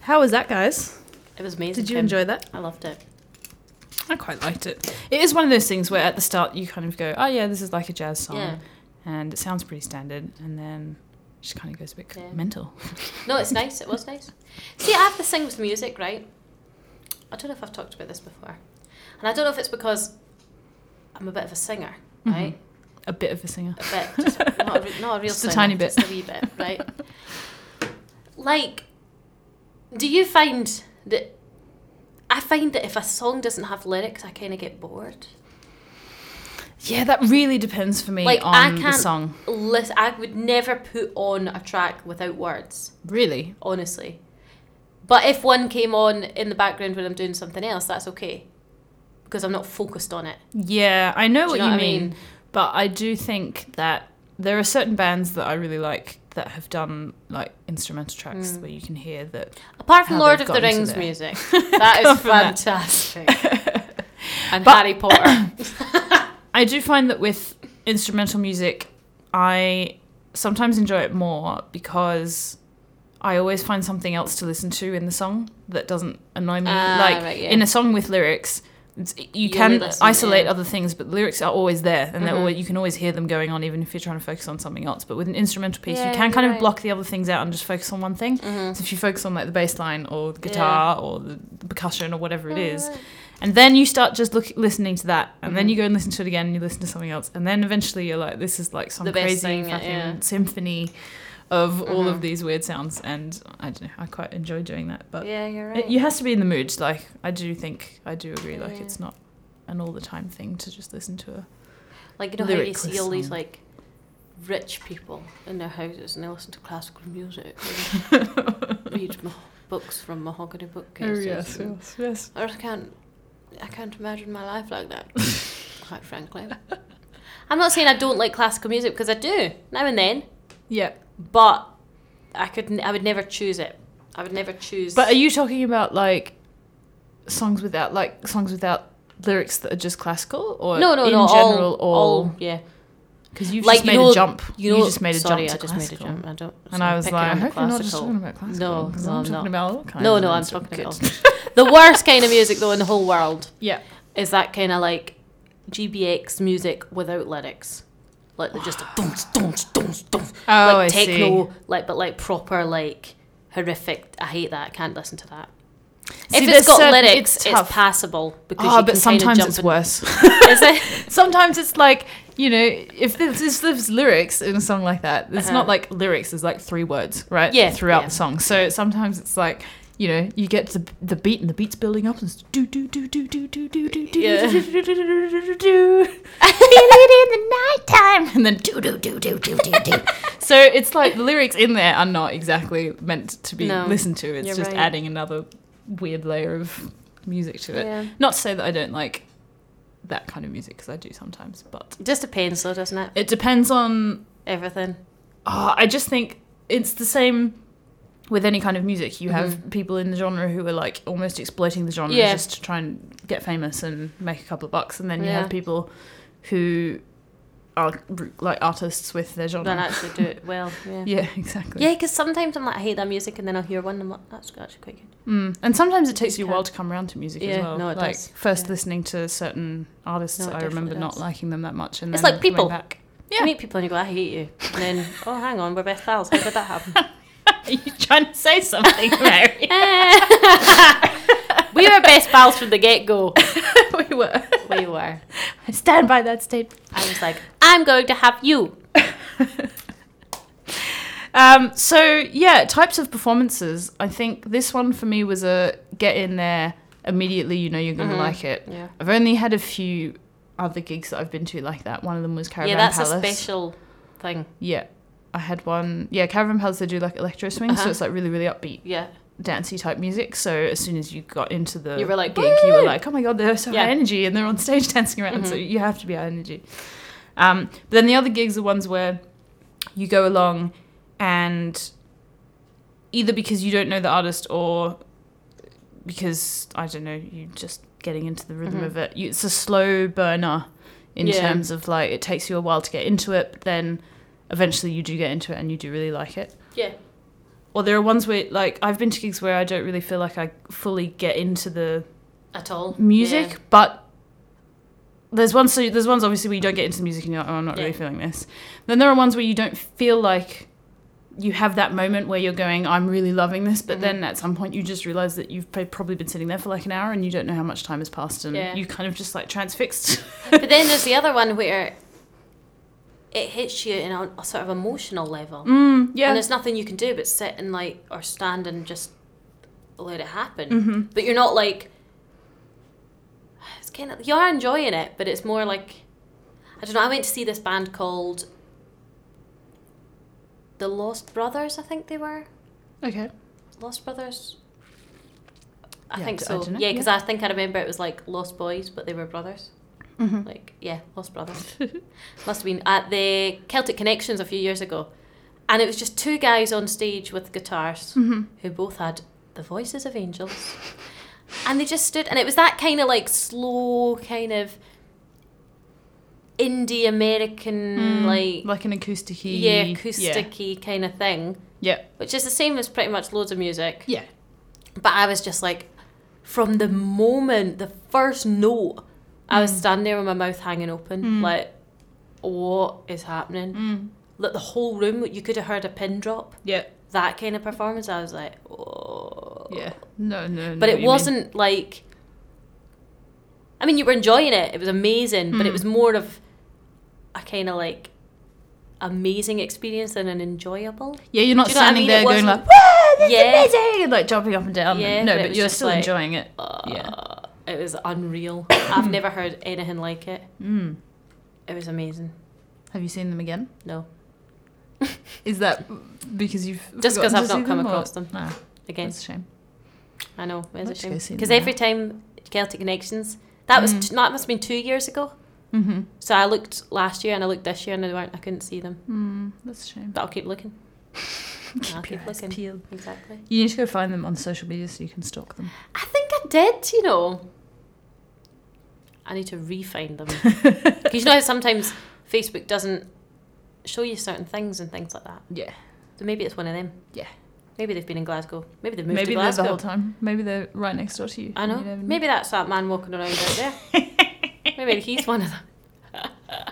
[SPEAKER 2] How was that, guys?
[SPEAKER 1] was amazing.
[SPEAKER 2] Did you
[SPEAKER 1] Kim.
[SPEAKER 2] enjoy that?
[SPEAKER 1] I loved it.
[SPEAKER 2] I quite liked it. It is one of those things where at the start you kind of go, oh yeah, this is like a jazz song,
[SPEAKER 1] Yeah.
[SPEAKER 2] and it sounds pretty standard, and then it just kind of goes a bit
[SPEAKER 1] Yeah.
[SPEAKER 2] mental.
[SPEAKER 1] No, it's nice. It was nice. See, I have this thing with music, right? I don't know if I've talked about this before, and I don't know if it's because I'm a bit of a singer,
[SPEAKER 2] Mm-hmm.
[SPEAKER 1] right?
[SPEAKER 2] A bit of a singer.
[SPEAKER 1] A bit, just not a, re- not a real
[SPEAKER 2] Just a
[SPEAKER 1] singer,
[SPEAKER 2] tiny bit.
[SPEAKER 1] just a wee bit, right? like, do you find that? I find that if a song doesn't have lyrics, I kind of get bored.
[SPEAKER 2] Yeah, that really depends for me
[SPEAKER 1] Like,
[SPEAKER 2] on
[SPEAKER 1] I
[SPEAKER 2] the
[SPEAKER 1] can't-
[SPEAKER 2] song.
[SPEAKER 1] Listen, I would never put on a track without words.
[SPEAKER 2] Really?
[SPEAKER 1] honestly. But if one came on in the background when I'm doing something else, that's okay. Because I'm not focused on it.
[SPEAKER 2] Yeah, I know
[SPEAKER 1] Do
[SPEAKER 2] what
[SPEAKER 1] you
[SPEAKER 2] you,
[SPEAKER 1] know what I
[SPEAKER 2] mean,
[SPEAKER 1] mean?
[SPEAKER 2] but I do think that there are certain bands that I really like that have done like instrumental tracks
[SPEAKER 1] Hmm.
[SPEAKER 2] where you can hear that.
[SPEAKER 1] Apart from
[SPEAKER 2] How
[SPEAKER 1] Lord
[SPEAKER 2] they've
[SPEAKER 1] of the
[SPEAKER 2] gotten to
[SPEAKER 1] Rings
[SPEAKER 2] there.
[SPEAKER 1] music. That is
[SPEAKER 2] from that.
[SPEAKER 1] fantastic. and
[SPEAKER 2] But-
[SPEAKER 1] Harry Potter.
[SPEAKER 2] I do find that with instrumental music, I sometimes enjoy it more because I always find something else to listen to in the song that doesn't annoy me.
[SPEAKER 1] Ah,
[SPEAKER 2] like
[SPEAKER 1] right, yeah.
[SPEAKER 2] in a song with lyrics, it's, you,
[SPEAKER 1] You
[SPEAKER 2] can
[SPEAKER 1] only listen,
[SPEAKER 2] isolate
[SPEAKER 1] yeah.
[SPEAKER 2] other things, but lyrics are always there, and they're
[SPEAKER 1] Mhm.
[SPEAKER 2] always, you can always hear them going on, even if you're trying to focus on something else. But with an instrumental piece,
[SPEAKER 1] Yeah,
[SPEAKER 2] you can
[SPEAKER 1] you're
[SPEAKER 2] kind of
[SPEAKER 1] right.
[SPEAKER 2] block the other things out and just focus on one thing.
[SPEAKER 1] Mhm.
[SPEAKER 2] So if you focus on like the bass line or the
[SPEAKER 1] Yeah.
[SPEAKER 2] guitar or the the percussion or whatever it is,
[SPEAKER 1] Alright.
[SPEAKER 2] and then you start just look, listening to that, and then
[SPEAKER 1] Mhm.
[SPEAKER 2] you go and listen to it again, and you listen to something else, and then eventually you're like, this is like some
[SPEAKER 1] The best
[SPEAKER 2] crazy
[SPEAKER 1] thing,
[SPEAKER 2] fucking
[SPEAKER 1] yeah.
[SPEAKER 2] symphony of all
[SPEAKER 1] Mhm.
[SPEAKER 2] of these weird sounds. And I don't know, I quite enjoy doing that, but
[SPEAKER 1] Yeah, you're
[SPEAKER 2] it,
[SPEAKER 1] right.
[SPEAKER 2] you has to be in the mood. Like I do think I do agree. Like
[SPEAKER 1] Yeah.
[SPEAKER 2] it's not an all the time thing to just listen to a
[SPEAKER 1] Like, you know how you
[SPEAKER 2] Lyricless
[SPEAKER 1] see all these,
[SPEAKER 2] song.
[SPEAKER 1] like, rich people in their houses and they listen to classical music and read ma- books from mahogany bookcases. and-
[SPEAKER 2] Oh, yes.
[SPEAKER 1] I just can't. I can't imagine my life like that. quite frankly, I'm not saying I don't like classical music because I do now and then,
[SPEAKER 2] Yeah,
[SPEAKER 1] but I could. n- I would never choose it. I would never choose.
[SPEAKER 2] but are you talking about like songs without like songs without lyrics that are just classical, or
[SPEAKER 1] no, no,
[SPEAKER 2] in
[SPEAKER 1] no.
[SPEAKER 2] general,
[SPEAKER 1] all,
[SPEAKER 2] all
[SPEAKER 1] all, yeah.
[SPEAKER 2] Because you've
[SPEAKER 1] Like,
[SPEAKER 2] just
[SPEAKER 1] you
[SPEAKER 2] made
[SPEAKER 1] know-
[SPEAKER 2] a jump.
[SPEAKER 1] You know,
[SPEAKER 2] just made a
[SPEAKER 1] sorry,
[SPEAKER 2] jump.
[SPEAKER 1] I
[SPEAKER 2] to
[SPEAKER 1] just made a
[SPEAKER 2] classical.
[SPEAKER 1] jump. I don't.
[SPEAKER 2] And
[SPEAKER 1] so I'm
[SPEAKER 2] I was
[SPEAKER 1] picking
[SPEAKER 2] like, I
[SPEAKER 1] on
[SPEAKER 2] hope you're not just
[SPEAKER 1] classical.
[SPEAKER 2] talking about classical.
[SPEAKER 1] No,
[SPEAKER 2] 'cause
[SPEAKER 1] no,
[SPEAKER 2] I'm
[SPEAKER 1] I'm
[SPEAKER 2] talking
[SPEAKER 1] not.
[SPEAKER 2] about all kinds.
[SPEAKER 1] No,
[SPEAKER 2] of
[SPEAKER 1] no, I'm
[SPEAKER 2] music.
[SPEAKER 1] talking
[SPEAKER 2] Good.
[SPEAKER 1] about the worst kind of music though in the whole world
[SPEAKER 2] Yeah,
[SPEAKER 1] is that kind of like GBX music without lyrics, like they're just a dunce, dunce, dunce, dunce. like
[SPEAKER 2] Oh, I see.
[SPEAKER 1] techno, like but like proper, like horrific. I hate that. I can't listen to that. if
[SPEAKER 2] See,
[SPEAKER 1] it's
[SPEAKER 2] there's
[SPEAKER 1] got
[SPEAKER 2] certain-
[SPEAKER 1] lyrics,
[SPEAKER 2] it's
[SPEAKER 1] it's,
[SPEAKER 2] tough.
[SPEAKER 1] passable because
[SPEAKER 2] Ah,
[SPEAKER 1] you
[SPEAKER 2] but
[SPEAKER 1] can kind of
[SPEAKER 2] sometimes
[SPEAKER 1] jump.
[SPEAKER 2] it's
[SPEAKER 1] in-
[SPEAKER 2] worse.
[SPEAKER 1] Is it?
[SPEAKER 2] sometimes it's like you know, if there's, there's, there's lyrics in a song like that, it's
[SPEAKER 1] Uh-huh.
[SPEAKER 2] not like lyrics. There's like three words, right?
[SPEAKER 1] Yeah,
[SPEAKER 2] throughout
[SPEAKER 1] yeah.
[SPEAKER 2] the song. So sometimes it's like. You know, you get to the, the beat and the beat's building up and it's do do do do do do do do do
[SPEAKER 1] Yeah.
[SPEAKER 2] do do do do do do do do do Feel it in the nighttime and then do do do do do do do. So it's like the lyrics in there are not exactly meant to be
[SPEAKER 1] No,
[SPEAKER 2] listened to. It's
[SPEAKER 1] you're
[SPEAKER 2] just
[SPEAKER 1] right.
[SPEAKER 2] adding another weird layer of music to it.
[SPEAKER 1] Yeah.
[SPEAKER 2] Not to say that I don't like that kind of music because I do sometimes, but
[SPEAKER 1] Just depends, though, doesn't it?
[SPEAKER 2] it depends on.
[SPEAKER 1] Everything.
[SPEAKER 2] Oh, I just think it's the same with any kind of music. You have people in the genre who are like almost exploiting the genre
[SPEAKER 1] Mm-hmm. Yeah.
[SPEAKER 2] just to try and get famous and make a couple of bucks, and then you
[SPEAKER 1] Yeah.
[SPEAKER 2] have people who are like artists with their genre.
[SPEAKER 1] Don't actually do it well. Yeah.
[SPEAKER 2] yeah, exactly.
[SPEAKER 1] Yeah, because sometimes I'm like, I hate that music, and then I'll hear one, and I'm like, that's actually quite good.
[SPEAKER 2] Mm. And sometimes it takes
[SPEAKER 1] Just
[SPEAKER 2] you a while
[SPEAKER 1] can't-
[SPEAKER 2] to come around to music as
[SPEAKER 1] Yeah,
[SPEAKER 2] well.
[SPEAKER 1] no, it
[SPEAKER 2] like
[SPEAKER 1] does.
[SPEAKER 2] first
[SPEAKER 1] Yeah.
[SPEAKER 2] listening to certain artists,
[SPEAKER 1] No, it
[SPEAKER 2] I
[SPEAKER 1] definitely
[SPEAKER 2] remember not
[SPEAKER 1] does.
[SPEAKER 2] liking them that much, and
[SPEAKER 1] It's
[SPEAKER 2] then
[SPEAKER 1] like
[SPEAKER 2] coming
[SPEAKER 1] people.
[SPEAKER 2] back.
[SPEAKER 1] You meet people and you go, I hate you. And then, oh, hang on, we're best pals. How did that happen?
[SPEAKER 2] Are you trying to say something, Mary?
[SPEAKER 1] we were best pals from the get go.
[SPEAKER 2] we were.
[SPEAKER 1] We were.
[SPEAKER 2] I stand by that statement.
[SPEAKER 1] I was like, I'm going to have you.
[SPEAKER 2] Um, so yeah, types of performances. I think this one for me was a get in there immediately. You know you're gonna
[SPEAKER 1] Mhm.
[SPEAKER 2] like it.
[SPEAKER 1] Yeah.
[SPEAKER 2] I've only had a few other gigs that I've been to like that. One of them was Caravan
[SPEAKER 1] yeah, that's
[SPEAKER 2] Palace.
[SPEAKER 1] a special thing.
[SPEAKER 2] yeah, I had one. Yeah, Caravan Palace. They do like electro swing, so
[SPEAKER 1] Uh-huh.
[SPEAKER 2] it's like really really upbeat,
[SPEAKER 1] Yeah.
[SPEAKER 2] dancey type music. So as soon as you got into the
[SPEAKER 1] You were like,
[SPEAKER 2] gig, you were
[SPEAKER 1] "Woo!"
[SPEAKER 2] like, oh my god, they're so
[SPEAKER 1] Yeah. Mm-hmm.
[SPEAKER 2] high energy, and they're on stage dancing around. So you have to be high energy. Um, but then the other gigs are ones where you go along and either because you don't know the artist or because I don't know, you just getting into the rhythm
[SPEAKER 1] Mhm.
[SPEAKER 2] of it. You, it's a slow burner in
[SPEAKER 1] Yeah.
[SPEAKER 2] terms of like it takes you a while to get into it, but then eventually you do get into it and you do really like it.
[SPEAKER 1] Yeah.
[SPEAKER 2] Or there are ones where, like, I've been to gigs where I don't really feel like I fully get into the
[SPEAKER 1] at all.
[SPEAKER 2] music, but there's ones so there's ones obviously where you don't get into the music and you're like, oh, I'm not really
[SPEAKER 1] Yeah.
[SPEAKER 2] feeling this. Then there are ones where you don't feel like you have that moment where you're going, I'm really loving this, but
[SPEAKER 1] Mhm.
[SPEAKER 2] then at some point you just realize that you've pa- probably been sitting there for like an hour and you don't know how much time has passed and
[SPEAKER 1] Yeah.
[SPEAKER 2] you kind of just like transfixed.
[SPEAKER 1] Yeah. But then there's the other one where it hits you in a, a sort of emotional level.
[SPEAKER 2] mm, yeah.
[SPEAKER 1] And there's nothing you can do but sit and like or stand and just let it happen.
[SPEAKER 2] Mhm.
[SPEAKER 1] But you're not like it's kind of you are enjoying it, but it's more like I don't know. I went to see this band called the Lost Brothers. I think they were
[SPEAKER 2] Okay.
[SPEAKER 1] Lost Brothers. I
[SPEAKER 2] Yeah,
[SPEAKER 1] think
[SPEAKER 2] d- I
[SPEAKER 1] so.
[SPEAKER 2] dunno,
[SPEAKER 1] yeah, because
[SPEAKER 2] yeah.
[SPEAKER 1] I think I remember it was like Lost Boys, but they were brothers.
[SPEAKER 2] Mhm.
[SPEAKER 1] Like yeah, Lost Brothers. Must have been at the Celtic Connections a few years ago, and it was just two guys on stage with guitars
[SPEAKER 2] Mhm.
[SPEAKER 1] who both had the voices of angels, and they just stood, and it was that kind of like slow kind of indie
[SPEAKER 2] Hmm.
[SPEAKER 1] American like,
[SPEAKER 2] Mm, like an acoustic
[SPEAKER 1] yeah acousticy kind of thing,
[SPEAKER 2] Yeah.
[SPEAKER 1] which is the same as pretty much loads of music.
[SPEAKER 2] Yeah.
[SPEAKER 1] But I was just like, from the moment, the first note, I was standing there with my mouth hanging open,
[SPEAKER 2] Mm.
[SPEAKER 1] like, what is happening?
[SPEAKER 2] Mm.
[SPEAKER 1] Like the whole room, you could have heard a pin drop.
[SPEAKER 2] Yeah.
[SPEAKER 1] That kind of performance, I was like, oh.
[SPEAKER 2] Yeah. No, no, no.
[SPEAKER 1] But it wasn't like. I mean, you were enjoying it. It was amazing, but it
[SPEAKER 2] Mm.
[SPEAKER 1] was more of a kind of like amazing experience than an enjoyable.
[SPEAKER 2] Yeah, you're not
[SPEAKER 1] Do you know what I
[SPEAKER 2] standing
[SPEAKER 1] mean?
[SPEAKER 2] there
[SPEAKER 1] It
[SPEAKER 2] going like,
[SPEAKER 1] wasn't-
[SPEAKER 2] "Whoa, that's
[SPEAKER 1] Yeah.
[SPEAKER 2] amazing!" and like jumping up and down.
[SPEAKER 1] Yeah,
[SPEAKER 2] no,
[SPEAKER 1] but it
[SPEAKER 2] but
[SPEAKER 1] was
[SPEAKER 2] you're
[SPEAKER 1] just
[SPEAKER 2] still
[SPEAKER 1] like-
[SPEAKER 2] enjoying it.
[SPEAKER 1] Uh,
[SPEAKER 2] Yeah.
[SPEAKER 1] It was unreal. I've never heard anything like it.
[SPEAKER 2] Mm.
[SPEAKER 1] It was amazing.
[SPEAKER 2] Have you seen them again?
[SPEAKER 1] No.
[SPEAKER 2] Is that because you've
[SPEAKER 1] Just
[SPEAKER 2] forgotten
[SPEAKER 1] 'cause I've
[SPEAKER 2] to see
[SPEAKER 1] not come
[SPEAKER 2] them, or-
[SPEAKER 1] across them.
[SPEAKER 2] No,
[SPEAKER 1] Again,
[SPEAKER 2] that's a shame.
[SPEAKER 1] I know. It's a
[SPEAKER 2] Let's go see
[SPEAKER 1] shame.
[SPEAKER 2] them
[SPEAKER 1] Because
[SPEAKER 2] now.
[SPEAKER 1] every time Celtic Connections, that was
[SPEAKER 2] Mm.
[SPEAKER 1] t- that must have been two years ago.
[SPEAKER 2] Mm-hmm.
[SPEAKER 1] So I looked last year and I looked this year and they weren't. I couldn't see them.
[SPEAKER 2] Mm, that's a shame.
[SPEAKER 1] But I'll keep looking. I'll
[SPEAKER 2] Keep your eyes peeled.
[SPEAKER 1] Exactly.
[SPEAKER 2] You need to go find them on social media so you can stalk them.
[SPEAKER 1] I think I did. You know. I need to re-find them. 'Cause you know how sometimes Facebook doesn't show you certain things and things like that.
[SPEAKER 2] Yeah.
[SPEAKER 1] So maybe it's one of them.
[SPEAKER 2] Yeah.
[SPEAKER 1] Maybe they've been in Glasgow. Maybe they've moved
[SPEAKER 2] Maybe
[SPEAKER 1] to
[SPEAKER 2] they're
[SPEAKER 1] Glasgow.
[SPEAKER 2] the whole time. Maybe they're right next door to you.
[SPEAKER 1] I
[SPEAKER 2] and
[SPEAKER 1] know.
[SPEAKER 2] you don't
[SPEAKER 1] Maybe that's that man walking around out there. Maybe he's one of them.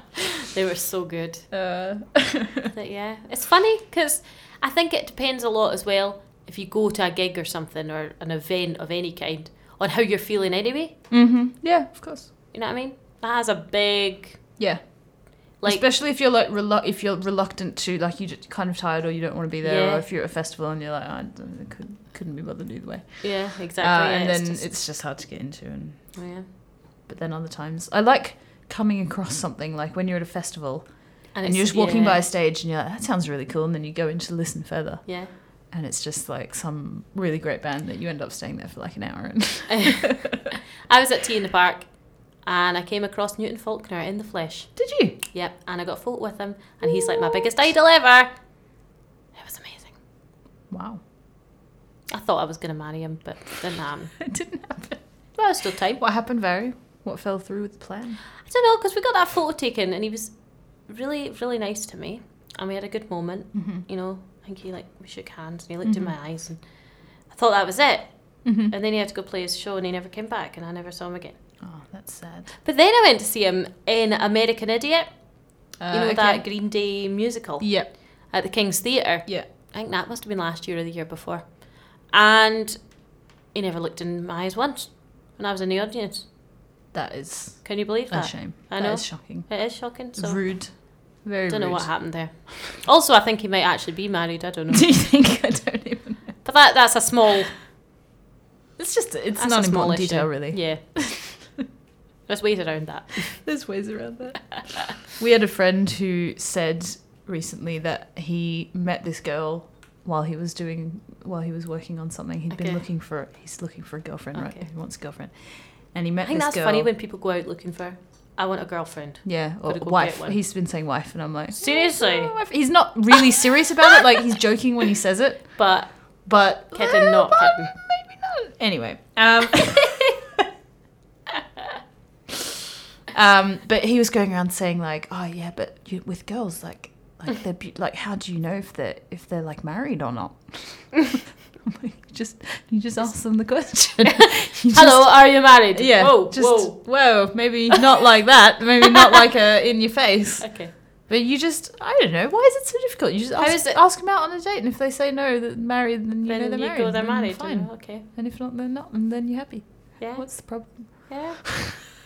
[SPEAKER 1] they were so good.
[SPEAKER 2] even- Uh,
[SPEAKER 1] But yeah, it's funny because I think it depends a lot as well if you go to a gig or something or an event of any kind on how you're feeling anyway.
[SPEAKER 2] mm-hmm. Yeah, of course.
[SPEAKER 1] You know what I mean? That has a big
[SPEAKER 2] Yeah.
[SPEAKER 1] like.
[SPEAKER 2] especially if you're like relu- if you're reluctant to like you're just kind of tired or you don't want to be there
[SPEAKER 1] Yeah.
[SPEAKER 2] or if you're at a festival and you're like "Oh, I, don't- I could, couldn't be bothered either way
[SPEAKER 1] yeah, exactly.
[SPEAKER 2] uh,
[SPEAKER 1] yeah,
[SPEAKER 2] and
[SPEAKER 1] it's
[SPEAKER 2] then
[SPEAKER 1] just- oh,
[SPEAKER 2] it's just hard to get into and
[SPEAKER 1] yeah.
[SPEAKER 2] but then other times I like coming across something like when you're at a festival and,
[SPEAKER 1] it's-
[SPEAKER 2] you're just walking by
[SPEAKER 1] yeah,
[SPEAKER 2] a stage and you're like that sounds really cool and then you go in to listen further
[SPEAKER 1] Yeah.
[SPEAKER 2] and it's just like some really great band that you end up staying there for like an hour and
[SPEAKER 1] I was at Tea in the Park and I came across Newton Faulkner in the flesh.
[SPEAKER 2] did you
[SPEAKER 1] Yep, and I got a photo with him, and he's like my biggest idol ever. It was amazing.
[SPEAKER 2] wow
[SPEAKER 1] I thought I was going to marry him, but didn't happen.
[SPEAKER 2] it didn't happen
[SPEAKER 1] Well, there's still time.
[SPEAKER 2] what happened Vary what fell through with the plan
[SPEAKER 1] I don't know, because we got that photo taken, and he was really, really nice to me, and we had a good moment.
[SPEAKER 2] mm-hmm.
[SPEAKER 1] You know, I think he like we shook hands, and he looked
[SPEAKER 2] Mhm.
[SPEAKER 1] in my eyes, and I thought that was it.
[SPEAKER 2] Mm-hmm.
[SPEAKER 1] And then he had to go play his show, and he never came back, and I never saw him again.
[SPEAKER 2] oh that's sad
[SPEAKER 1] But then I went to see him in American Idiot. You know
[SPEAKER 2] Uh, okay.
[SPEAKER 1] that Green Day musical
[SPEAKER 2] yeah
[SPEAKER 1] at the King's Theatre.
[SPEAKER 2] yeah
[SPEAKER 1] I think that must have been last year or the year before. And he never looked in my eyes once when I was in the audience.
[SPEAKER 2] That is
[SPEAKER 1] Can you believe
[SPEAKER 2] a
[SPEAKER 1] that?
[SPEAKER 2] shame.
[SPEAKER 1] I
[SPEAKER 2] That
[SPEAKER 1] know.
[SPEAKER 2] is shocking.
[SPEAKER 1] It is shocking. So
[SPEAKER 2] rude. Very
[SPEAKER 1] I don't
[SPEAKER 2] rude.
[SPEAKER 1] know what happened there. Also, I think he might actually be married. I don't know.
[SPEAKER 2] Do you think I don't even know?
[SPEAKER 1] But that that's a small.
[SPEAKER 2] It's just it's
[SPEAKER 1] That's
[SPEAKER 2] not
[SPEAKER 1] a small
[SPEAKER 2] important
[SPEAKER 1] issue.
[SPEAKER 2] detail really.
[SPEAKER 1] Yeah. There's ways around that.
[SPEAKER 2] There's ways around that. we had a friend who said recently that he met this girl while he was doing while he was working on something. he had
[SPEAKER 1] Okay.
[SPEAKER 2] been looking for he's looking for a girlfriend,
[SPEAKER 1] Okay.
[SPEAKER 2] right? He wants a girlfriend. And he
[SPEAKER 1] I
[SPEAKER 2] met
[SPEAKER 1] think
[SPEAKER 2] this
[SPEAKER 1] that's
[SPEAKER 2] girl.
[SPEAKER 1] funny when people go out looking for. I want a girlfriend.
[SPEAKER 2] yeah, or
[SPEAKER 1] Gotta go get
[SPEAKER 2] wife.
[SPEAKER 1] one.
[SPEAKER 2] He's been saying wife, and I'm like,
[SPEAKER 1] Seriously,
[SPEAKER 2] "Oh, wife." he's not really serious about it. Like he's joking when he says it,
[SPEAKER 1] but
[SPEAKER 2] But
[SPEAKER 1] Kitten, not kitten.
[SPEAKER 2] Maybe not. Anyway, um, um, but he was going around saying like, oh yeah, but you, with girls, like like they're be- like how do you know if they're if they're like married or not? I'm like, you just you just ask them the question. You
[SPEAKER 1] Hello, are you married?
[SPEAKER 2] just- yeah.
[SPEAKER 1] Whoa,
[SPEAKER 2] just,
[SPEAKER 1] whoa.
[SPEAKER 2] whoa. Maybe not like that. Maybe not like a in your face.
[SPEAKER 1] Okay.
[SPEAKER 2] But you just I don't know. Why is it so difficult? You just
[SPEAKER 1] How
[SPEAKER 2] ask,
[SPEAKER 1] is it-
[SPEAKER 2] ask them out on a date, and if they say no, that married, then you know
[SPEAKER 1] Then
[SPEAKER 2] they're
[SPEAKER 1] you
[SPEAKER 2] married.
[SPEAKER 1] go, they're
[SPEAKER 2] then
[SPEAKER 1] married.
[SPEAKER 2] Fine.
[SPEAKER 1] Okay.
[SPEAKER 2] And if not, they're not, and then you're happy.
[SPEAKER 1] Yeah.
[SPEAKER 2] What's the problem?
[SPEAKER 1] Yeah.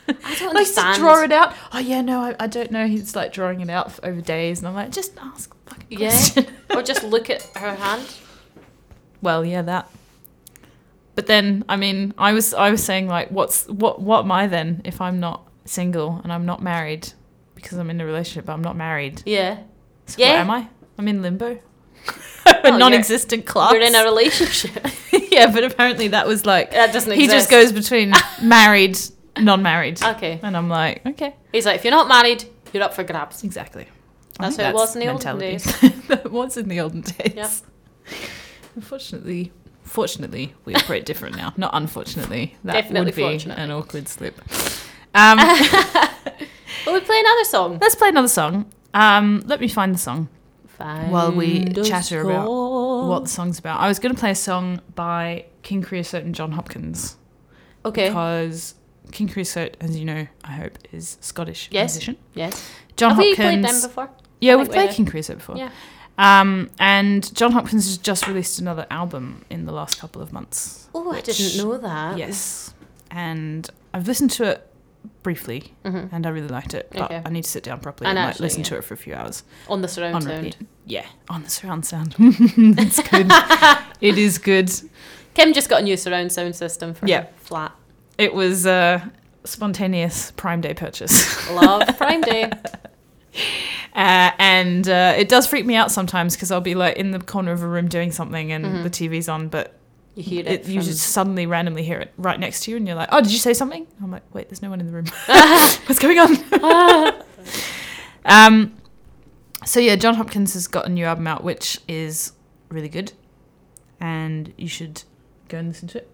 [SPEAKER 1] I don't
[SPEAKER 2] Like to
[SPEAKER 1] understand.
[SPEAKER 2] draw it out. Oh yeah, no, I, I don't know. He's like drawing it out for over days, and I'm like, just ask. the fucking
[SPEAKER 1] Yeah.
[SPEAKER 2] question.
[SPEAKER 1] or just look at her hand.
[SPEAKER 2] Well, yeah, that. But then, I mean, I was I was saying like, what's what what am I then if I'm not single and I'm not married because I'm in a relationship, but I'm not married.
[SPEAKER 1] Yeah.
[SPEAKER 2] So
[SPEAKER 1] Yeah.
[SPEAKER 2] what am I? I'm in limbo.
[SPEAKER 1] Well,
[SPEAKER 2] a
[SPEAKER 1] you're-
[SPEAKER 2] non-existent class.
[SPEAKER 1] You're in a relationship.
[SPEAKER 2] yeah, but apparently that was like
[SPEAKER 1] that doesn't
[SPEAKER 2] he
[SPEAKER 1] exist.
[SPEAKER 2] just goes between married, non-married,
[SPEAKER 1] Okay.
[SPEAKER 2] and I'm like, okay,
[SPEAKER 1] He's like, if you're not married, you're up for grabs.
[SPEAKER 2] exactly.
[SPEAKER 1] That's
[SPEAKER 2] think
[SPEAKER 1] how it was in the olden
[SPEAKER 2] days. that was in the olden days.
[SPEAKER 1] Yeah.
[SPEAKER 2] Unfortunately, fortunately, we operate different now. Not unfortunately. That
[SPEAKER 1] Definitely
[SPEAKER 2] would be
[SPEAKER 1] fortunately.
[SPEAKER 2] an awkward slip. Um,
[SPEAKER 1] Well, we play another song.
[SPEAKER 2] let's play another song. Um, let me find the song. While we
[SPEAKER 1] Find a
[SPEAKER 2] chatter about
[SPEAKER 1] song.
[SPEAKER 2] What the song's about. I was going to play a song by King Creosote and John Hopkins
[SPEAKER 1] Okay.
[SPEAKER 2] because King Creosote, as you know, I hope, is Scottish
[SPEAKER 1] Yes.
[SPEAKER 2] musician.
[SPEAKER 1] Yes.
[SPEAKER 2] John
[SPEAKER 1] Have we played
[SPEAKER 2] Hopkins.
[SPEAKER 1] them before?
[SPEAKER 2] Yeah,
[SPEAKER 1] I
[SPEAKER 2] we've
[SPEAKER 1] think we
[SPEAKER 2] played
[SPEAKER 1] have.
[SPEAKER 2] King Creosote before.
[SPEAKER 1] Yeah.
[SPEAKER 2] Um, and John Hopkins has just released another album in the last couple of months.
[SPEAKER 1] Oh, I
[SPEAKER 2] which-
[SPEAKER 1] didn't know that.
[SPEAKER 2] Yes. And I've listened to it briefly
[SPEAKER 1] Mhm.
[SPEAKER 2] and I really liked it, but
[SPEAKER 1] Okay.
[SPEAKER 2] I need to sit down properly
[SPEAKER 1] And
[SPEAKER 2] and, like,
[SPEAKER 1] actually,
[SPEAKER 2] listen
[SPEAKER 1] yeah.
[SPEAKER 2] to it for a few hours
[SPEAKER 1] On the surround
[SPEAKER 2] on
[SPEAKER 1] sound.
[SPEAKER 2] repeat. Yeah, on the surround sound. it's good. it is good.
[SPEAKER 1] Kim just got a new surround sound system for
[SPEAKER 2] Yeah.
[SPEAKER 1] her flat.
[SPEAKER 2] It was a spontaneous Prime Day purchase.
[SPEAKER 1] Love Prime Day.
[SPEAKER 2] Uh, and uh, it does freak me out sometimes because I'll be like in the corner of a room doing something and the TV's on, but
[SPEAKER 1] Mm-hmm. You hear it.
[SPEAKER 2] it, you
[SPEAKER 1] from-
[SPEAKER 2] just suddenly randomly hear it right next to you, and you're like, "Oh, did you say something?" I'm like, "Wait, there's no one in the room. What's going on?" um, so yeah, John Hopkins has got a new album out, which is really good, and you should go and listen to it.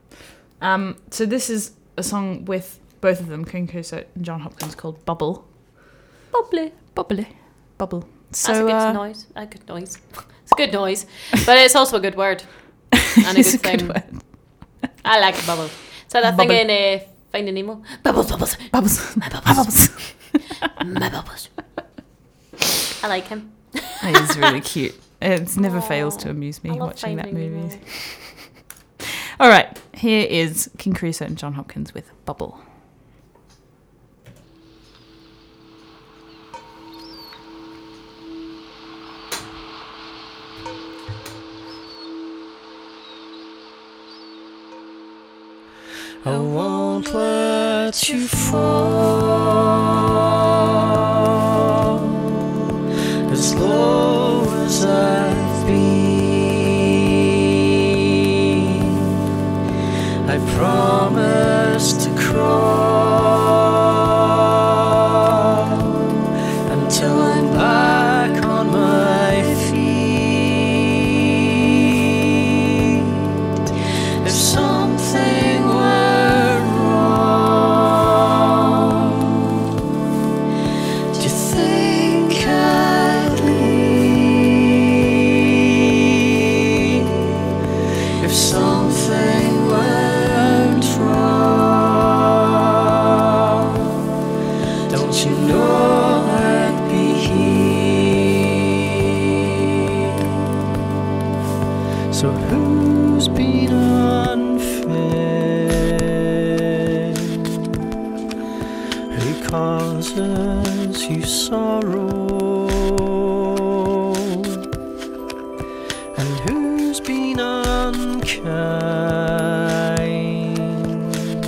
[SPEAKER 2] Um, so this is a song with both of them, King Kuso and John Hopkins, called "Bubble."
[SPEAKER 1] bubbly.
[SPEAKER 2] Bubble. Bubble. So
[SPEAKER 1] That's a good
[SPEAKER 2] uh,
[SPEAKER 1] noise. A good noise. It's a good noise, but it's also a good word and a
[SPEAKER 2] it's
[SPEAKER 1] good
[SPEAKER 2] a good
[SPEAKER 1] thing.
[SPEAKER 2] word.
[SPEAKER 1] I like bubble. So that
[SPEAKER 2] Bubble.
[SPEAKER 1] thing in uh, Finding Nemo. Bubbles, bubbles,
[SPEAKER 2] Bubbles.
[SPEAKER 1] my bubbles,
[SPEAKER 2] Bubbles.
[SPEAKER 1] my bubbles. I like him.
[SPEAKER 2] It is really cute. It never fails to
[SPEAKER 1] Aw,
[SPEAKER 2] amuse me
[SPEAKER 1] I love
[SPEAKER 2] watching that
[SPEAKER 1] Finding
[SPEAKER 2] movie.
[SPEAKER 1] Nemo.
[SPEAKER 2] All right, here is King Crusoe and John Hopkins with Bubble.
[SPEAKER 4] I won't let you fall as low as I've been. I promise to crawl until I'm back on my feet. If something were wrong, do you think I'd leave? If something went wrong, don't you know I'd be here? So who's been unfair? Who causes you sorrow? And who's been unkind?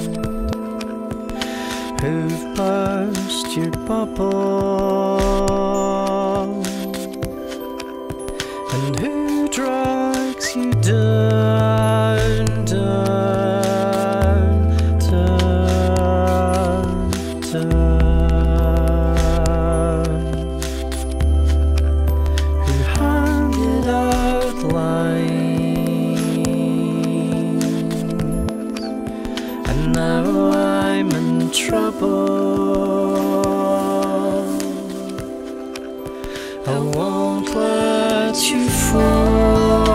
[SPEAKER 4] Who've burst your bubble? And who drags you down, down, down, down? I won't let you fall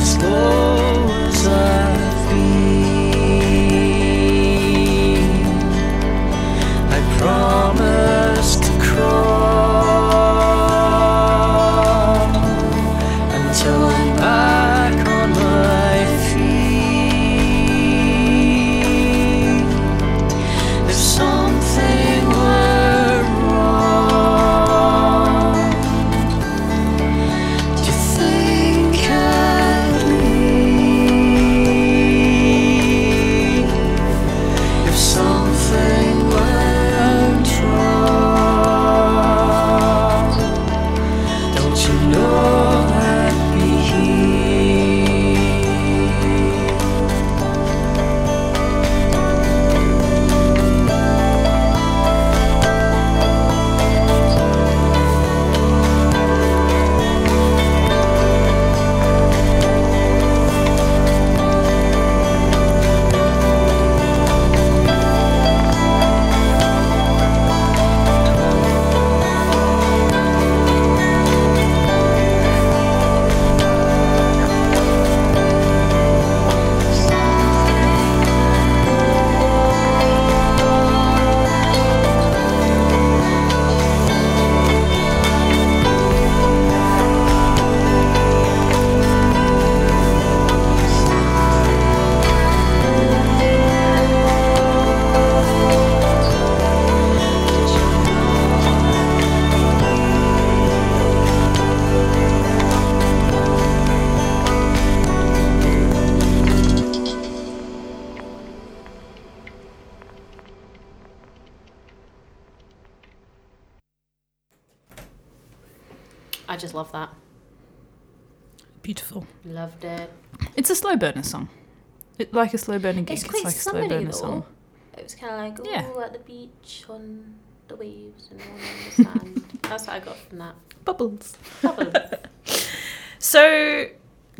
[SPEAKER 4] as low as I've been. I promise to crawl until I'm back on my feet. If something were wrong, do you think I'd leave? If something went wrong, don't you know I'd be here?
[SPEAKER 1] Oh I just love that.
[SPEAKER 2] Beautiful.
[SPEAKER 1] Loved it.
[SPEAKER 2] It's a slow burner song. It, like a slow burner gig.
[SPEAKER 1] It's quite
[SPEAKER 2] like a slow
[SPEAKER 1] summery,
[SPEAKER 2] burner
[SPEAKER 1] though.
[SPEAKER 2] song.
[SPEAKER 1] It was kind of like,
[SPEAKER 2] Yeah.
[SPEAKER 1] oh, at the beach on the waves and all on the sand. That's what I got from that.
[SPEAKER 2] Bubbles.
[SPEAKER 1] Bubbles.
[SPEAKER 2] So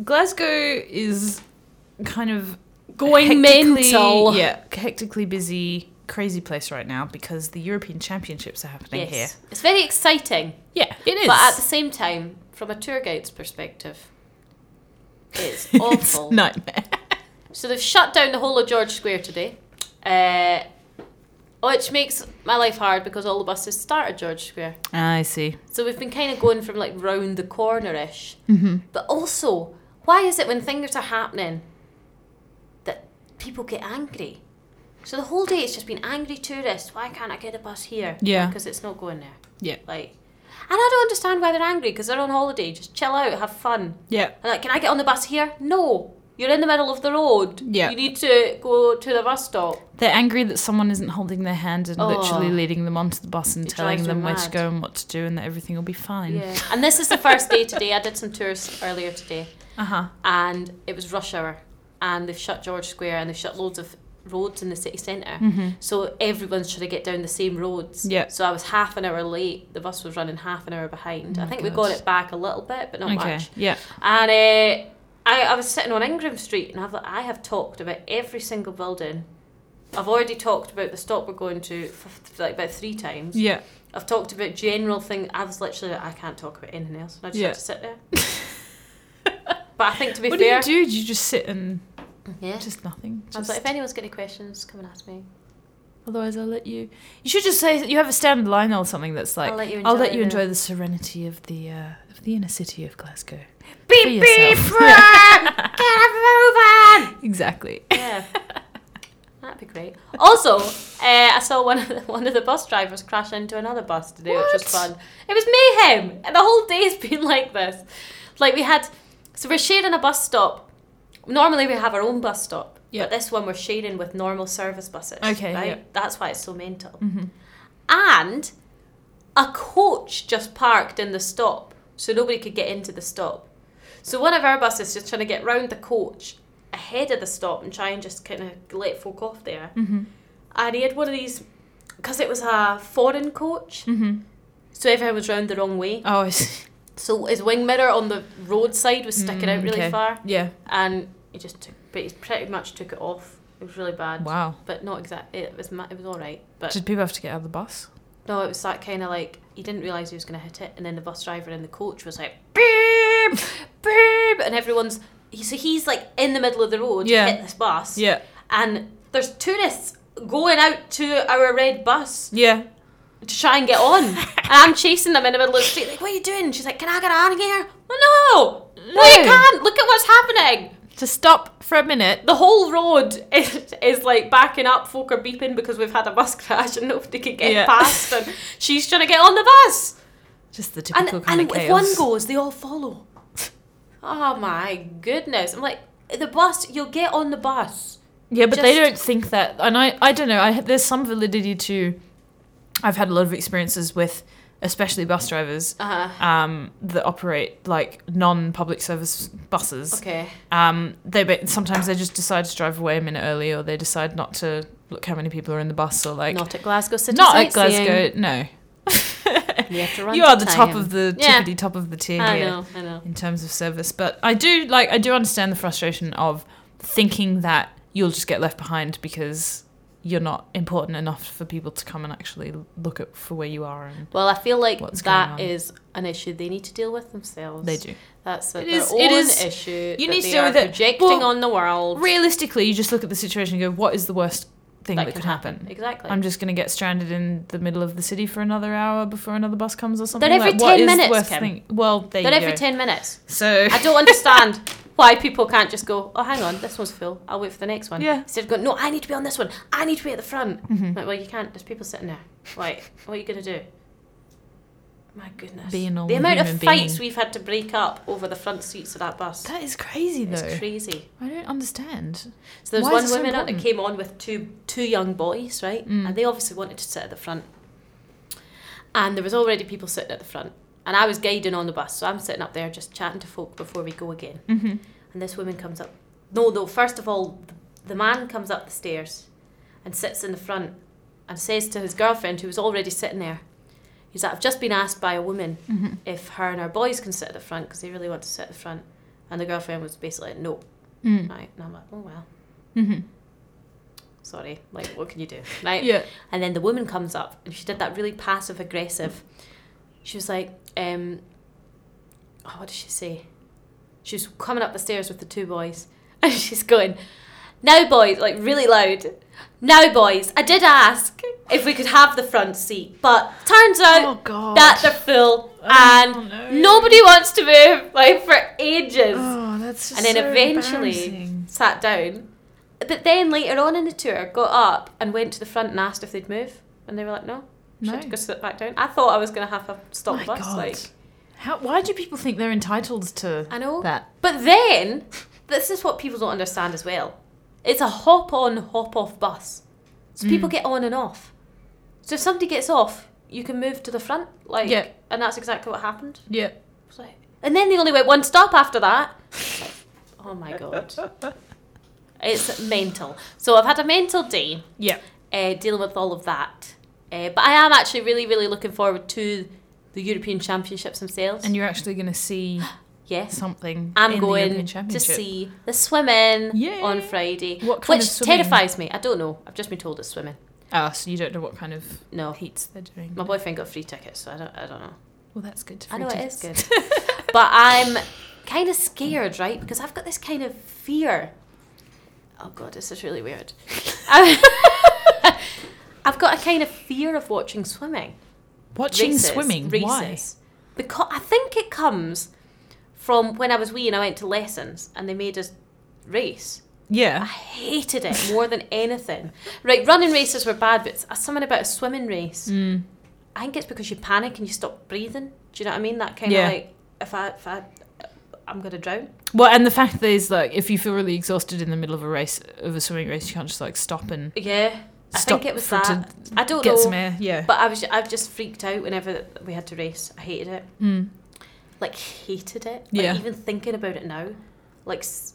[SPEAKER 2] Glasgow is kind of
[SPEAKER 1] Going
[SPEAKER 2] hectically-
[SPEAKER 1] mental.
[SPEAKER 2] Yeah, hectically busy, crazy place right now because the European Championships are happening here.
[SPEAKER 1] Yes. It's very exciting.
[SPEAKER 2] Yeah, it is.
[SPEAKER 1] But at the same time, from a tour guide's perspective, it's
[SPEAKER 2] It's
[SPEAKER 1] awful.
[SPEAKER 2] nightmare.
[SPEAKER 1] So they've shut down the whole of George Square today, uh, which makes my life hard because all the buses start at George Square.
[SPEAKER 2] I see.
[SPEAKER 1] So we've been kind of going from like round the corner ish.
[SPEAKER 2] Mm-hmm.
[SPEAKER 1] But also, why is it when things are happening that people get angry? So the whole day it's just been angry tourists. Why can't I get a bus here?
[SPEAKER 2] Yeah.
[SPEAKER 1] Because it's not going there.
[SPEAKER 2] Yeah.
[SPEAKER 1] Like, and I don't understand why they're angry because they're on holiday. Just chill out, have fun.
[SPEAKER 2] Yeah.
[SPEAKER 1] And like, can I get on the bus here? No. You're in the middle of the road.
[SPEAKER 2] Yeah.
[SPEAKER 1] You need to go to the bus stop.
[SPEAKER 2] They're angry that someone isn't holding their hand and
[SPEAKER 1] Oh.
[SPEAKER 2] literally leading them onto the bus and
[SPEAKER 1] It
[SPEAKER 2] telling
[SPEAKER 1] drives
[SPEAKER 2] them
[SPEAKER 1] me
[SPEAKER 2] where to
[SPEAKER 1] mad.
[SPEAKER 2] go and what to do and that everything will be fine.
[SPEAKER 1] Yeah. And this is the first day today. I did some tours earlier today
[SPEAKER 2] Uh huh.
[SPEAKER 1] and it was rush hour and they've shut George Square and they've shut loads of roads in the city centre.
[SPEAKER 2] Mm-hmm.
[SPEAKER 1] So everyone's trying to get down the same roads.
[SPEAKER 2] Yeah.
[SPEAKER 1] So I was half an hour late. The bus was running half an hour behind.
[SPEAKER 2] Oh
[SPEAKER 1] I
[SPEAKER 2] my
[SPEAKER 1] think we
[SPEAKER 2] God.
[SPEAKER 1] got it back a little bit, but not
[SPEAKER 2] Okay.
[SPEAKER 1] much.
[SPEAKER 2] Yeah.
[SPEAKER 1] And uh, I, I was sitting on Ingram Street, and I've, I have talked about every single building. I've already talked about the stop we're going to f- f- like about three times.
[SPEAKER 2] Yeah.
[SPEAKER 1] I've talked about general thing. I was literally like, I can't talk about anything else, and I just
[SPEAKER 2] Yeah.
[SPEAKER 1] have to sit there. but I think to be
[SPEAKER 2] What do
[SPEAKER 1] fair,
[SPEAKER 2] you do? Do you just sit and
[SPEAKER 1] yeah.
[SPEAKER 2] just nothing?
[SPEAKER 1] I was
[SPEAKER 2] Just-
[SPEAKER 1] like, if anyone's got any questions, come and ask me.
[SPEAKER 2] Otherwise, I'll let you. You should just say you have a standard line or something that's like,
[SPEAKER 1] I'll let you enjoy the-
[SPEAKER 2] enjoy the serenity of the uh, of the inner city of Glasgow." For
[SPEAKER 1] Beep beep,
[SPEAKER 2] yourself.
[SPEAKER 1] Fran! get moving.
[SPEAKER 2] Exactly.
[SPEAKER 1] Yeah. That'd be great. Also, uh, I saw one of the, one of the bus drivers crash into another bus today, which was
[SPEAKER 2] What?
[SPEAKER 1] fun. It was mayhem, and the whole day's been like this. Like we had, so we're sharing a bus stop. Normally we have our own bus stop,
[SPEAKER 2] Yeah.
[SPEAKER 1] but this one we're sharing with normal service buses.
[SPEAKER 2] Okay,
[SPEAKER 1] right?
[SPEAKER 2] yeah.
[SPEAKER 1] That's why it's so mental.
[SPEAKER 2] Mhm.
[SPEAKER 1] And a coach just parked in the stop, so nobody could get into the stop. So one of our buses just trying to get round the coach ahead of the stop and try and just kind of let folk off there.
[SPEAKER 2] Mm-hmm.
[SPEAKER 1] And he had one of these because it was a foreign coach,
[SPEAKER 2] Mm-hmm.
[SPEAKER 1] so everyone was round the wrong way.
[SPEAKER 2] Oh, I see.
[SPEAKER 1] So his wing mirror on the roadside was sticking out
[SPEAKER 2] Mm,
[SPEAKER 1] really
[SPEAKER 2] okay.
[SPEAKER 1] far,
[SPEAKER 2] yeah.
[SPEAKER 1] and he just took, but he pretty much took it off. It was really bad,
[SPEAKER 2] Wow.
[SPEAKER 1] but not exactly. It was ma- it was all right, but
[SPEAKER 2] Did people have to get out of the bus?
[SPEAKER 1] No, it was that kind of like he didn't realise he was going to hit it, and then the bus driver and the coach was like,
[SPEAKER 2] Beep!
[SPEAKER 1] "Beep," and everyone's he, so he's like in the middle of the road,
[SPEAKER 2] Yeah.
[SPEAKER 1] hit this bus,
[SPEAKER 2] Yeah.
[SPEAKER 1] and there's tourists going out to our red bus
[SPEAKER 2] Yeah.
[SPEAKER 1] to try and get on, and I'm chasing them in the middle of the street, like, "What are you doing?" She's like, "Can I get on here?" Well, no, no, you
[SPEAKER 2] No.
[SPEAKER 1] can't. Look at what's happening.
[SPEAKER 2] To stop for a minute.
[SPEAKER 1] The whole road is, is like backing up. Folk are beeping because we've had a bus crash and nobody can get
[SPEAKER 2] Yeah.
[SPEAKER 1] past, and she's trying to get on the bus.
[SPEAKER 2] Just the
[SPEAKER 1] And,
[SPEAKER 2] typical kind
[SPEAKER 1] and
[SPEAKER 2] of
[SPEAKER 1] if
[SPEAKER 2] chaos.
[SPEAKER 1] one goes, they all follow. oh my goodness. I'm like, the bus, you'll get on the bus.
[SPEAKER 2] Yeah, but they
[SPEAKER 1] Just-
[SPEAKER 2] don't think that, and I, I don't know. I there's some validity to. I've had a lot of experiences with, especially bus drivers,
[SPEAKER 1] Uh-huh.
[SPEAKER 2] um, that operate like non-public service buses.
[SPEAKER 1] Okay.
[SPEAKER 2] Um, they ba- sometimes they just decide to drive away a minute early, or they decide not to look how many people are in the bus, or like
[SPEAKER 1] not at Glasgow City.
[SPEAKER 2] not at
[SPEAKER 1] Sightseeing.
[SPEAKER 2] Glasgow. No,
[SPEAKER 1] You have to run
[SPEAKER 2] you
[SPEAKER 1] to
[SPEAKER 2] are the top
[SPEAKER 1] time.
[SPEAKER 2] of the
[SPEAKER 1] Yeah.
[SPEAKER 2] tippity top of the tier
[SPEAKER 1] I
[SPEAKER 2] here
[SPEAKER 1] know, I know.
[SPEAKER 2] in terms of service. But I do like I do understand the frustration of thinking that you'll just get left behind because you're not important enough for people to come and actually look at for where you are and
[SPEAKER 1] Well, I feel like
[SPEAKER 2] What's
[SPEAKER 1] that
[SPEAKER 2] going on?
[SPEAKER 1] is an issue they need to deal with themselves.
[SPEAKER 2] they do.
[SPEAKER 1] That's
[SPEAKER 2] It
[SPEAKER 1] it their
[SPEAKER 2] is- it
[SPEAKER 1] own
[SPEAKER 2] is-
[SPEAKER 1] issue.
[SPEAKER 2] you
[SPEAKER 1] that
[SPEAKER 2] need to
[SPEAKER 1] they
[SPEAKER 2] deal
[SPEAKER 1] are
[SPEAKER 2] with it.
[SPEAKER 1] Projecting
[SPEAKER 2] Well,
[SPEAKER 1] on the world
[SPEAKER 2] Realistically, you just look at the situation and go, what is the worst thing that,
[SPEAKER 1] that
[SPEAKER 2] could
[SPEAKER 1] can
[SPEAKER 2] happen?
[SPEAKER 1] happen. Exactly.
[SPEAKER 2] I'm just going to get stranded in the middle of the city for another hour before another bus comes or something.
[SPEAKER 1] They're every
[SPEAKER 2] like, what
[SPEAKER 1] 10
[SPEAKER 2] is the
[SPEAKER 1] minutes,
[SPEAKER 2] worst
[SPEAKER 1] Kim.
[SPEAKER 2] thing? Well, there
[SPEAKER 1] They're
[SPEAKER 2] you
[SPEAKER 1] every
[SPEAKER 2] go.
[SPEAKER 1] 10 minutes.
[SPEAKER 2] so
[SPEAKER 1] I don't understand why people can't just go, oh, hang on, this one's full. I'll wait for the next one.
[SPEAKER 2] Yeah. Mm.
[SPEAKER 1] Instead of going, no, I need to be on this one. I need to be at the front.
[SPEAKER 2] Mhm.
[SPEAKER 1] Like, well, you can't. There's people sitting there. Like, what are you going to do? My goodness.
[SPEAKER 2] Be a normal
[SPEAKER 1] the amount
[SPEAKER 2] human
[SPEAKER 1] of fights
[SPEAKER 2] being.
[SPEAKER 1] we've had to break up over the front seats of that bus.
[SPEAKER 2] that is crazy though.
[SPEAKER 1] It's crazy.
[SPEAKER 2] I don't understand.
[SPEAKER 1] So there was
[SPEAKER 2] Why is
[SPEAKER 1] one
[SPEAKER 2] it so
[SPEAKER 1] woman on that
[SPEAKER 2] important?
[SPEAKER 1] came on with two two young boys, right?
[SPEAKER 2] Mm.
[SPEAKER 1] And they obviously wanted to sit at the front. And there was already people sitting at the front. And I was guiding on the bus, so I'm sitting up there just chatting to folk before we go again.
[SPEAKER 2] Mm-hmm.
[SPEAKER 1] And this woman comes up. No, no, first of all, the man comes up the stairs and sits in the front and says to his girlfriend, who was already sitting there, he's like, I've just been asked by a woman
[SPEAKER 2] Mhm.
[SPEAKER 1] if her and her boys can sit at the front because they really want to sit at the front. And the girlfriend was basically like, no.
[SPEAKER 2] Mm.
[SPEAKER 1] Right? And I'm like, oh, well,
[SPEAKER 2] Mm-hmm.
[SPEAKER 1] sorry. Like, what can you do? Right?
[SPEAKER 2] Yeah.
[SPEAKER 1] And then the woman comes up and she did that really passive aggressive. She was like, um, oh, what did she say? She was coming up the stairs with the two boys and she's going, Now, boys, like really loud, now, boys, I did ask if we could have the front seat, but turns out
[SPEAKER 2] oh God.
[SPEAKER 1] that they're full and
[SPEAKER 2] Oh, no.
[SPEAKER 1] nobody wants to move, like for ages
[SPEAKER 2] Oh, that's just
[SPEAKER 1] and then
[SPEAKER 2] so
[SPEAKER 1] eventually
[SPEAKER 2] embarrassing.
[SPEAKER 1] sat down. But then later on in the tour, got up and went to the front and asked if they'd move, and they were like, "No, she
[SPEAKER 2] No.
[SPEAKER 1] had to go sit back down." I thought I was going to have to stop the
[SPEAKER 2] My
[SPEAKER 1] bus.
[SPEAKER 2] God.
[SPEAKER 1] Like,
[SPEAKER 2] How, why do people think they're entitled to
[SPEAKER 1] I know.
[SPEAKER 2] that?
[SPEAKER 1] But then, this is what people don't understand as well. It's a hop-on, hop-off bus, so
[SPEAKER 2] Mm.
[SPEAKER 1] people get on and off. So if somebody gets off, you can move to the front, like,
[SPEAKER 2] Yeah.
[SPEAKER 1] and that's exactly what happened.
[SPEAKER 2] Yeah.
[SPEAKER 1] It's like- And then they only went one stop after that. oh my god. It's mental. So I've had a mental day
[SPEAKER 2] Yeah.
[SPEAKER 1] uh, dealing with all of that. Uh, but I am actually really, really looking forward to the European Championships themselves.
[SPEAKER 2] And you're actually going to see
[SPEAKER 1] yes.
[SPEAKER 2] something.
[SPEAKER 1] I'm
[SPEAKER 2] in the European
[SPEAKER 1] going to
[SPEAKER 2] Championship.
[SPEAKER 1] see the swimming
[SPEAKER 2] Yay.
[SPEAKER 1] on Friday.
[SPEAKER 2] What kind
[SPEAKER 1] which
[SPEAKER 2] of swimming?
[SPEAKER 1] terrifies me. I don't know. I've just been told it's swimming.
[SPEAKER 2] Oh, so you don't know what kind of
[SPEAKER 1] No.
[SPEAKER 2] heats they're doing.
[SPEAKER 1] My boyfriend got free tickets, so I don't, I don't know.
[SPEAKER 2] Well, that's good.
[SPEAKER 1] I
[SPEAKER 2] free
[SPEAKER 1] know it
[SPEAKER 2] tickets.
[SPEAKER 1] is good. but I'm kind of scared, right? Because I've got this kind of fear. Oh god, this is really weird. I've got a kind of fear of watching swimming.
[SPEAKER 2] Watching
[SPEAKER 1] races,
[SPEAKER 2] swimming. Why?
[SPEAKER 1] Races. Because I think it comes from when I was wee and I went to lessons and they made us race. I
[SPEAKER 2] Yeah.
[SPEAKER 1] hated it more than anything. Right, running races were bad, but it's something about a swimming race.
[SPEAKER 2] Mm.
[SPEAKER 1] I think it's because you panic and you stop breathing. Do you know what I mean? That kind
[SPEAKER 2] Yeah.
[SPEAKER 1] of like if I if I I'm gonna drown.
[SPEAKER 2] Well, and the fact that is like if you feel really exhausted in the middle of a race of a swimming race, you can't just like stop and
[SPEAKER 1] Yeah, I
[SPEAKER 2] Stop
[SPEAKER 1] think it was
[SPEAKER 2] for- to
[SPEAKER 1] that. I don't
[SPEAKER 2] get
[SPEAKER 1] know,
[SPEAKER 2] some air. Yeah.
[SPEAKER 1] but I was I've just freaked out whenever we had to race. I hated it,
[SPEAKER 2] Mm.
[SPEAKER 1] like hated it. Like,
[SPEAKER 2] Yeah.
[SPEAKER 1] Even thinking about it now, like s-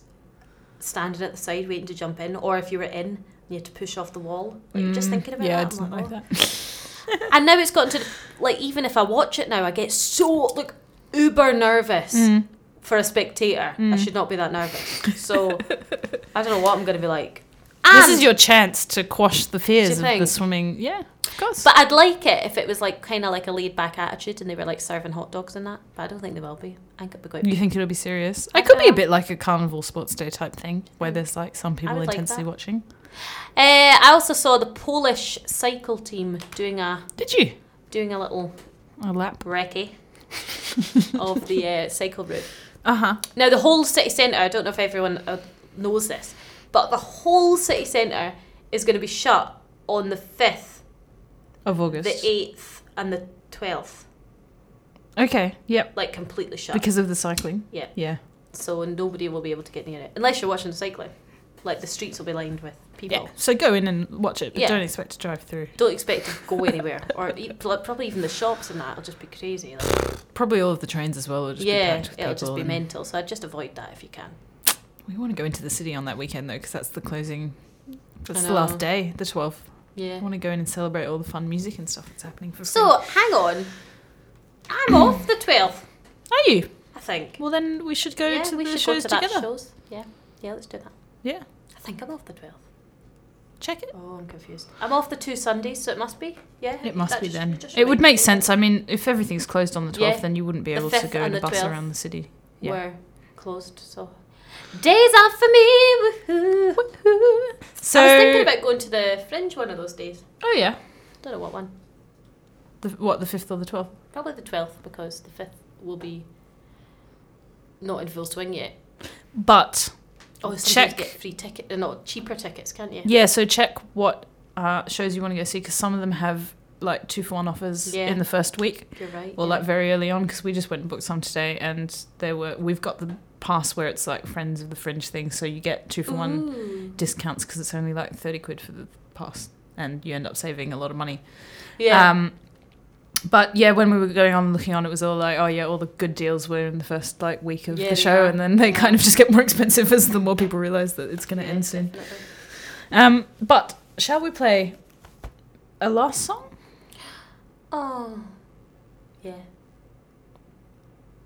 [SPEAKER 1] standing at the side waiting to jump in, or if you were in, and you had to push off the wall. Like you're just
[SPEAKER 2] Mm.
[SPEAKER 1] thinking about
[SPEAKER 2] yeah,
[SPEAKER 1] that.
[SPEAKER 2] it's
[SPEAKER 1] I'm
[SPEAKER 2] not like
[SPEAKER 1] oh.
[SPEAKER 2] that.
[SPEAKER 1] and now it's gotten to the- like even if I watch it now, I get so like uber nervous.
[SPEAKER 2] Mm.
[SPEAKER 1] for a spectator, I should not be that nervous. So I don't know what I'm going to be like.
[SPEAKER 2] This
[SPEAKER 3] And-
[SPEAKER 2] is your chance to quash the fears of the
[SPEAKER 1] think?
[SPEAKER 2] swimming. Yeah, of course.
[SPEAKER 1] But I'd like it if it was like kind of like a laid back attitude and they were like serving hot dogs and that. But I don't think they will be. I think it'd be quite.
[SPEAKER 2] you think it'll be serious? It could be a
[SPEAKER 1] dunno. Mm.
[SPEAKER 2] bit like a carnival sports day type thing where there's like some people
[SPEAKER 1] would like
[SPEAKER 2] intensely
[SPEAKER 1] that.
[SPEAKER 2] watching.
[SPEAKER 1] Uh, I also saw the Polish cycle team doing a
[SPEAKER 2] Did you?
[SPEAKER 1] doing a little
[SPEAKER 2] A lap.
[SPEAKER 1] recce of the uh, cycle route.
[SPEAKER 2] Uh huh.
[SPEAKER 1] Now, the whole city centre, I don't know if everyone uh, knows this, but the whole city centre is going to be shut on the 5th,
[SPEAKER 2] Of
[SPEAKER 1] the
[SPEAKER 2] August.
[SPEAKER 1] 8th, and the 12th.
[SPEAKER 2] okay. Yep.
[SPEAKER 1] Like completely shut.
[SPEAKER 2] Because of the cycling.
[SPEAKER 1] Yeah.
[SPEAKER 2] Yeah.
[SPEAKER 1] so nobody will be able to get near it. Unless you're watching cycling. Like the streets will be lined with people.
[SPEAKER 2] Yeah. So go in and watch it, but
[SPEAKER 1] Yeah.
[SPEAKER 2] don't expect to drive through.
[SPEAKER 1] Don't expect to go anywhere. or e- pl- probably even the shops and that will just be crazy. Like,
[SPEAKER 2] Probably all of the trains as well. Will just be
[SPEAKER 1] yeah,
[SPEAKER 2] packed with
[SPEAKER 1] it'll just
[SPEAKER 2] people
[SPEAKER 1] be
[SPEAKER 2] and-
[SPEAKER 1] mental. So I'd just avoid that if you can.
[SPEAKER 2] We want to go into the city on that weekend though, because that's the closing. That's
[SPEAKER 1] I
[SPEAKER 2] the last
[SPEAKER 1] know.
[SPEAKER 2] day, the twelfth. I
[SPEAKER 1] Yeah.
[SPEAKER 2] want to go in and celebrate all the fun music and stuff that's happening for free.
[SPEAKER 1] So hang on. I'm off the 12th,
[SPEAKER 2] are you?
[SPEAKER 1] I think.
[SPEAKER 2] Well, then we should go
[SPEAKER 1] yeah,
[SPEAKER 2] to
[SPEAKER 1] we
[SPEAKER 2] the
[SPEAKER 1] should
[SPEAKER 2] shows
[SPEAKER 1] go to
[SPEAKER 2] together.
[SPEAKER 1] that shows. Yeah, yeah, let's do that.
[SPEAKER 2] Yeah,
[SPEAKER 1] I think I'm off the 12th.
[SPEAKER 2] check it.
[SPEAKER 1] Oh, I'm confused. I'm off the two Sundays, so it must be. Yeah,
[SPEAKER 2] It must
[SPEAKER 1] that
[SPEAKER 2] be
[SPEAKER 1] just-
[SPEAKER 2] then.
[SPEAKER 1] just
[SPEAKER 2] It would
[SPEAKER 1] reminds
[SPEAKER 2] make
[SPEAKER 1] me
[SPEAKER 2] sense. I mean, if everything's closed on the twelfth,
[SPEAKER 1] Yeah.
[SPEAKER 2] then you wouldn't be
[SPEAKER 1] The
[SPEAKER 2] able to
[SPEAKER 1] 5th
[SPEAKER 2] go
[SPEAKER 1] and
[SPEAKER 2] and
[SPEAKER 1] the
[SPEAKER 2] bus
[SPEAKER 1] 12th.
[SPEAKER 2] around the city. Yeah.
[SPEAKER 1] We're closed, so days off for me. Woohoo!
[SPEAKER 2] So,
[SPEAKER 1] I was thinking about going to the Fringe one of those days.
[SPEAKER 2] oh yeah,
[SPEAKER 1] Don't know what one.
[SPEAKER 2] the, what the fifth or the twelfth?
[SPEAKER 1] Probably the 12th because the 5th will be not in full swing yet.
[SPEAKER 2] But
[SPEAKER 1] Oh, so
[SPEAKER 2] Check.
[SPEAKER 1] You get free ticket, uh, not cheaper tickets, can't you?
[SPEAKER 2] yeah, so check what uh, shows you want to go see, because some of them have like two for one offers
[SPEAKER 1] Yeah.
[SPEAKER 2] in the first week.
[SPEAKER 1] You're right.
[SPEAKER 2] Well,
[SPEAKER 1] yeah.
[SPEAKER 2] like very early on, because we just went and booked some today, and there were we've got the pass where it's like friends of the fringe thing, so you get two for one
[SPEAKER 1] Ooh.
[SPEAKER 2] discounts because it's only like thirty quid for the pass, and you end up saving a lot of money.
[SPEAKER 1] Yeah.
[SPEAKER 2] Um, but yeah, when we were going on and looking on, it was all like, oh yeah, all the good deals were in the first like week of
[SPEAKER 1] Yeah,
[SPEAKER 2] the
[SPEAKER 1] they
[SPEAKER 2] show,
[SPEAKER 1] are.
[SPEAKER 2] and then they kind of just get more expensive as the more people realise that it's going to
[SPEAKER 1] Yeah,
[SPEAKER 2] end soon.
[SPEAKER 1] definitely.
[SPEAKER 2] Um, but shall we play a last song?
[SPEAKER 1] Oh. Yeah.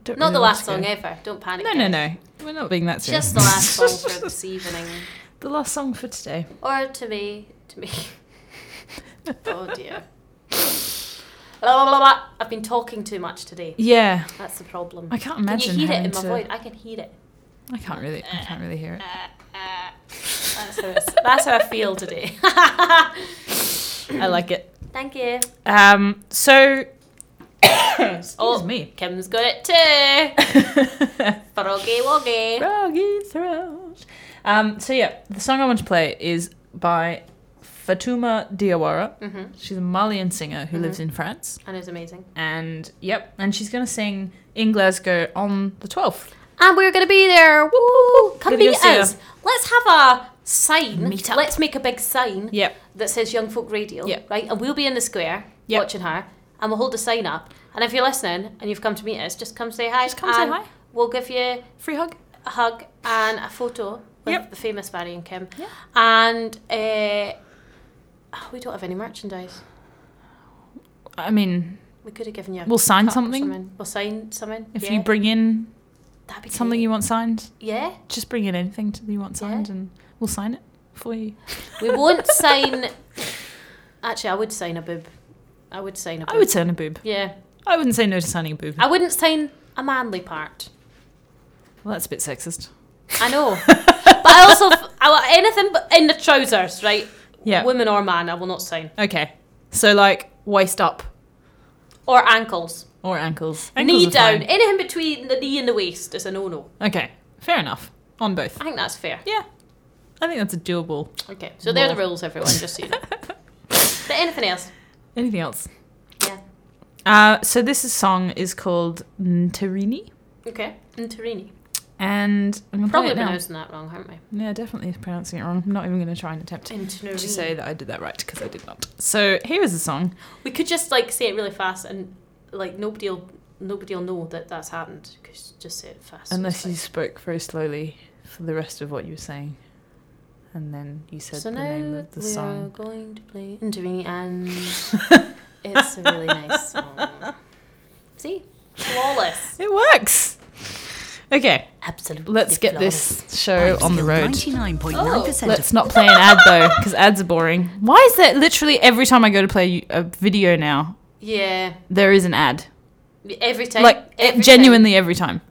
[SPEAKER 2] Don't
[SPEAKER 1] Not
[SPEAKER 2] really
[SPEAKER 1] the
[SPEAKER 2] want
[SPEAKER 1] last
[SPEAKER 2] to go-
[SPEAKER 1] song ever. Don't panic.
[SPEAKER 2] No, no,
[SPEAKER 1] guys.
[SPEAKER 2] no. We're not being that serious.
[SPEAKER 1] Just the last song for this evening.
[SPEAKER 2] The last song for today.
[SPEAKER 1] Or to me. To me. oh dear. Blah, blah, blah, blah. I've been talking too much today.
[SPEAKER 2] Yeah,
[SPEAKER 1] That's the problem.
[SPEAKER 2] I can't imagine.
[SPEAKER 1] Can you hear it
[SPEAKER 2] having
[SPEAKER 1] in my
[SPEAKER 2] to-
[SPEAKER 1] voice? I can hear it. Uh,
[SPEAKER 2] I can't really. I can't really hear it.
[SPEAKER 1] That's how, it's, that's how I feel today.
[SPEAKER 2] I like it.
[SPEAKER 1] Thank you.
[SPEAKER 2] Um. So. Excuse
[SPEAKER 1] Oh.
[SPEAKER 2] me.
[SPEAKER 1] Kim's got it too. Froggy woggy.
[SPEAKER 2] Froggy throat. Um. So yeah, the song I want to play is by Fatuma Diawara.
[SPEAKER 1] Mm-hmm.
[SPEAKER 2] She's a Malian singer who lives in France,
[SPEAKER 1] And it's amazing.
[SPEAKER 2] and yep, and she's gonna sing in Glasgow on the twelfth.
[SPEAKER 1] And we're going to be there. Woo! Come
[SPEAKER 2] Gotta go
[SPEAKER 1] meet
[SPEAKER 2] see
[SPEAKER 1] us. Let's have a sign.
[SPEAKER 2] Meet up.
[SPEAKER 1] Let's make a big sign
[SPEAKER 2] Yep.
[SPEAKER 1] that says Young Folk Radio.
[SPEAKER 2] Yeah.
[SPEAKER 1] Right? And we'll be in the square
[SPEAKER 2] Yeah.
[SPEAKER 1] watching her. And we'll hold a sign up. And if you're listening and you've come to meet us, just come say hi.
[SPEAKER 2] Just come say
[SPEAKER 1] and
[SPEAKER 2] hi.
[SPEAKER 1] We'll give you
[SPEAKER 2] Free hug.
[SPEAKER 1] a hug and a photo with
[SPEAKER 2] Yep.
[SPEAKER 1] the famous Barry and Kim.
[SPEAKER 2] Yeah.
[SPEAKER 1] And uh, oh, we don't have any merchandise.
[SPEAKER 2] I mean,
[SPEAKER 1] We could have given you. A
[SPEAKER 2] We'll sign
[SPEAKER 1] cup or
[SPEAKER 2] something.
[SPEAKER 1] We'll sign something.
[SPEAKER 2] if
[SPEAKER 1] yeah.
[SPEAKER 2] you bring in
[SPEAKER 1] That'd be
[SPEAKER 2] something
[SPEAKER 1] great.
[SPEAKER 2] you want signed,
[SPEAKER 1] Yeah.
[SPEAKER 2] just bring in anything to, you want
[SPEAKER 1] Yeah.
[SPEAKER 2] signed and we'll sign it for you.
[SPEAKER 1] We won't sign. Actually, I would sign a boob. I would sign a boob.
[SPEAKER 2] I would sign a boob.
[SPEAKER 1] Yeah.
[SPEAKER 2] I wouldn't say no to signing a boob.
[SPEAKER 1] I wouldn't sign a manly part.
[SPEAKER 2] Well, that's a bit sexist.
[SPEAKER 1] I know. but I also. F- I, anything but in the trousers, right?
[SPEAKER 2] Yeah.
[SPEAKER 1] Woman or man, I will not sign.
[SPEAKER 2] Okay. So like waist up
[SPEAKER 1] Or ankles.
[SPEAKER 2] or ankles.
[SPEAKER 1] knee
[SPEAKER 2] Ankles are
[SPEAKER 1] down.
[SPEAKER 2] fine.
[SPEAKER 1] Anything between the knee and the waist is a no no.
[SPEAKER 2] Okay. Fair enough. On both.
[SPEAKER 1] I think that's fair.
[SPEAKER 2] Yeah. I think that's a doable.
[SPEAKER 1] Okay, so they're the
[SPEAKER 2] Well-
[SPEAKER 1] rules, everyone, just so you know. but anything else?
[SPEAKER 2] Anything else?
[SPEAKER 1] Yeah.
[SPEAKER 2] Uh, so this song is called Ntarini,
[SPEAKER 1] Okay. And Torini.
[SPEAKER 2] and I'm gonna
[SPEAKER 1] Probably
[SPEAKER 2] play it now.
[SPEAKER 1] pronouncing that wrong, haven't we?
[SPEAKER 2] Yeah, definitely pronouncing it wrong. I'm not even going to try and attempt
[SPEAKER 1] And
[SPEAKER 2] to say that I did that right because I did not. So here is the song.
[SPEAKER 1] We could just like say it really fast, and like nobody'll nobody'll know that that's happened because just say it fast.
[SPEAKER 2] Unless
[SPEAKER 1] It's like-
[SPEAKER 2] you spoke very slowly for the rest of what you were saying. And then you said
[SPEAKER 1] so
[SPEAKER 2] the
[SPEAKER 1] now
[SPEAKER 2] name of the
[SPEAKER 1] we are
[SPEAKER 2] song.
[SPEAKER 1] going to play Interini, and it's a really nice song. See, flawless.
[SPEAKER 2] It works! Okay,
[SPEAKER 1] Absolutely.
[SPEAKER 2] let's get this show on the road.
[SPEAKER 5] 99.9%
[SPEAKER 3] Oh,
[SPEAKER 2] Let's not play an ad though, because ads are boring. Why is that literally every time I go to play a video now,
[SPEAKER 1] Yeah.
[SPEAKER 2] there is an ad?
[SPEAKER 1] Every time.
[SPEAKER 2] like
[SPEAKER 1] every time.
[SPEAKER 2] genuinely every time.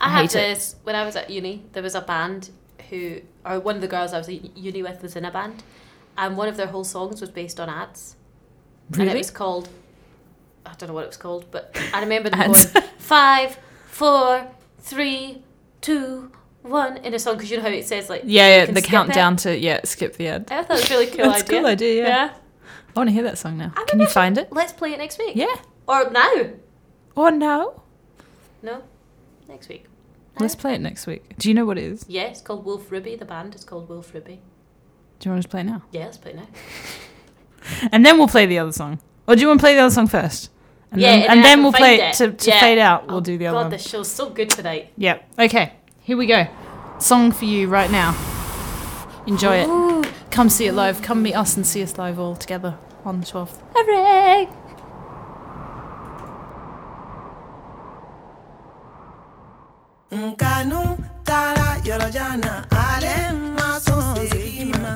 [SPEAKER 1] I,
[SPEAKER 2] I
[SPEAKER 1] had
[SPEAKER 2] hate it.
[SPEAKER 1] this when I was at uni. There was a band who, or one of the girls I was at uni with, was in a band, and one of their whole songs was based on ads. And it was called, I don't know what it was called, but I remember them
[SPEAKER 2] Ads.
[SPEAKER 1] going five, four, three, two, one in a song because you know how it says like you
[SPEAKER 2] Yeah, yeah
[SPEAKER 1] can
[SPEAKER 2] the
[SPEAKER 1] skip
[SPEAKER 2] countdown to yeah, skip the ad.
[SPEAKER 1] It. I thought it was a really cool
[SPEAKER 2] That's a
[SPEAKER 1] idea.
[SPEAKER 2] cool idea, yeah.
[SPEAKER 1] yeah.
[SPEAKER 2] I want to hear that song now.
[SPEAKER 1] I
[SPEAKER 2] Can you
[SPEAKER 1] remember-
[SPEAKER 2] find it?
[SPEAKER 1] Let's play it next week.
[SPEAKER 2] Yeah.
[SPEAKER 1] Or now?
[SPEAKER 2] Or no?
[SPEAKER 1] No, next week.
[SPEAKER 2] Let's play it next week. Do you know what it is?
[SPEAKER 1] Yeah, it's called Wolf Ruby. The band is called Wolf Ruby.
[SPEAKER 2] Do you want us to play it now?
[SPEAKER 1] Yeah, let's play it now.
[SPEAKER 2] And then we'll play the other song. Or do you want to play the other song first? And
[SPEAKER 1] Yeah,
[SPEAKER 2] then,
[SPEAKER 1] and
[SPEAKER 2] and
[SPEAKER 1] then I
[SPEAKER 2] then
[SPEAKER 1] can
[SPEAKER 2] we'll
[SPEAKER 1] find
[SPEAKER 2] play
[SPEAKER 1] it.
[SPEAKER 2] it to, to
[SPEAKER 1] Yeah.
[SPEAKER 2] fade out. We'll
[SPEAKER 1] Oh,
[SPEAKER 2] do the other
[SPEAKER 1] God,
[SPEAKER 2] one.
[SPEAKER 1] this show's so good tonight.
[SPEAKER 2] yep. Okay. Here we go. Song for you right now. Enjoy it. Come see it live. Come meet us and see us live all together on the 12th.
[SPEAKER 1] Hooray!
[SPEAKER 4] Nkanu tara yorojana ale maso sekima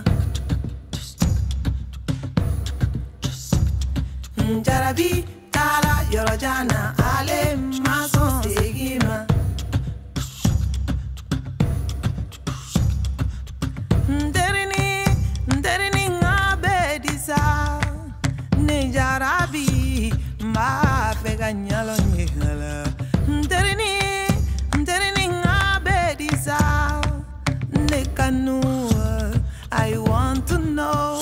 [SPEAKER 4] Njarabi tara yorojana ale maso sekima Nderini nderini ngabe disa Njarabi ma fega nyalo nyegala Nderini nderini ngabe disa Nekanu I want to know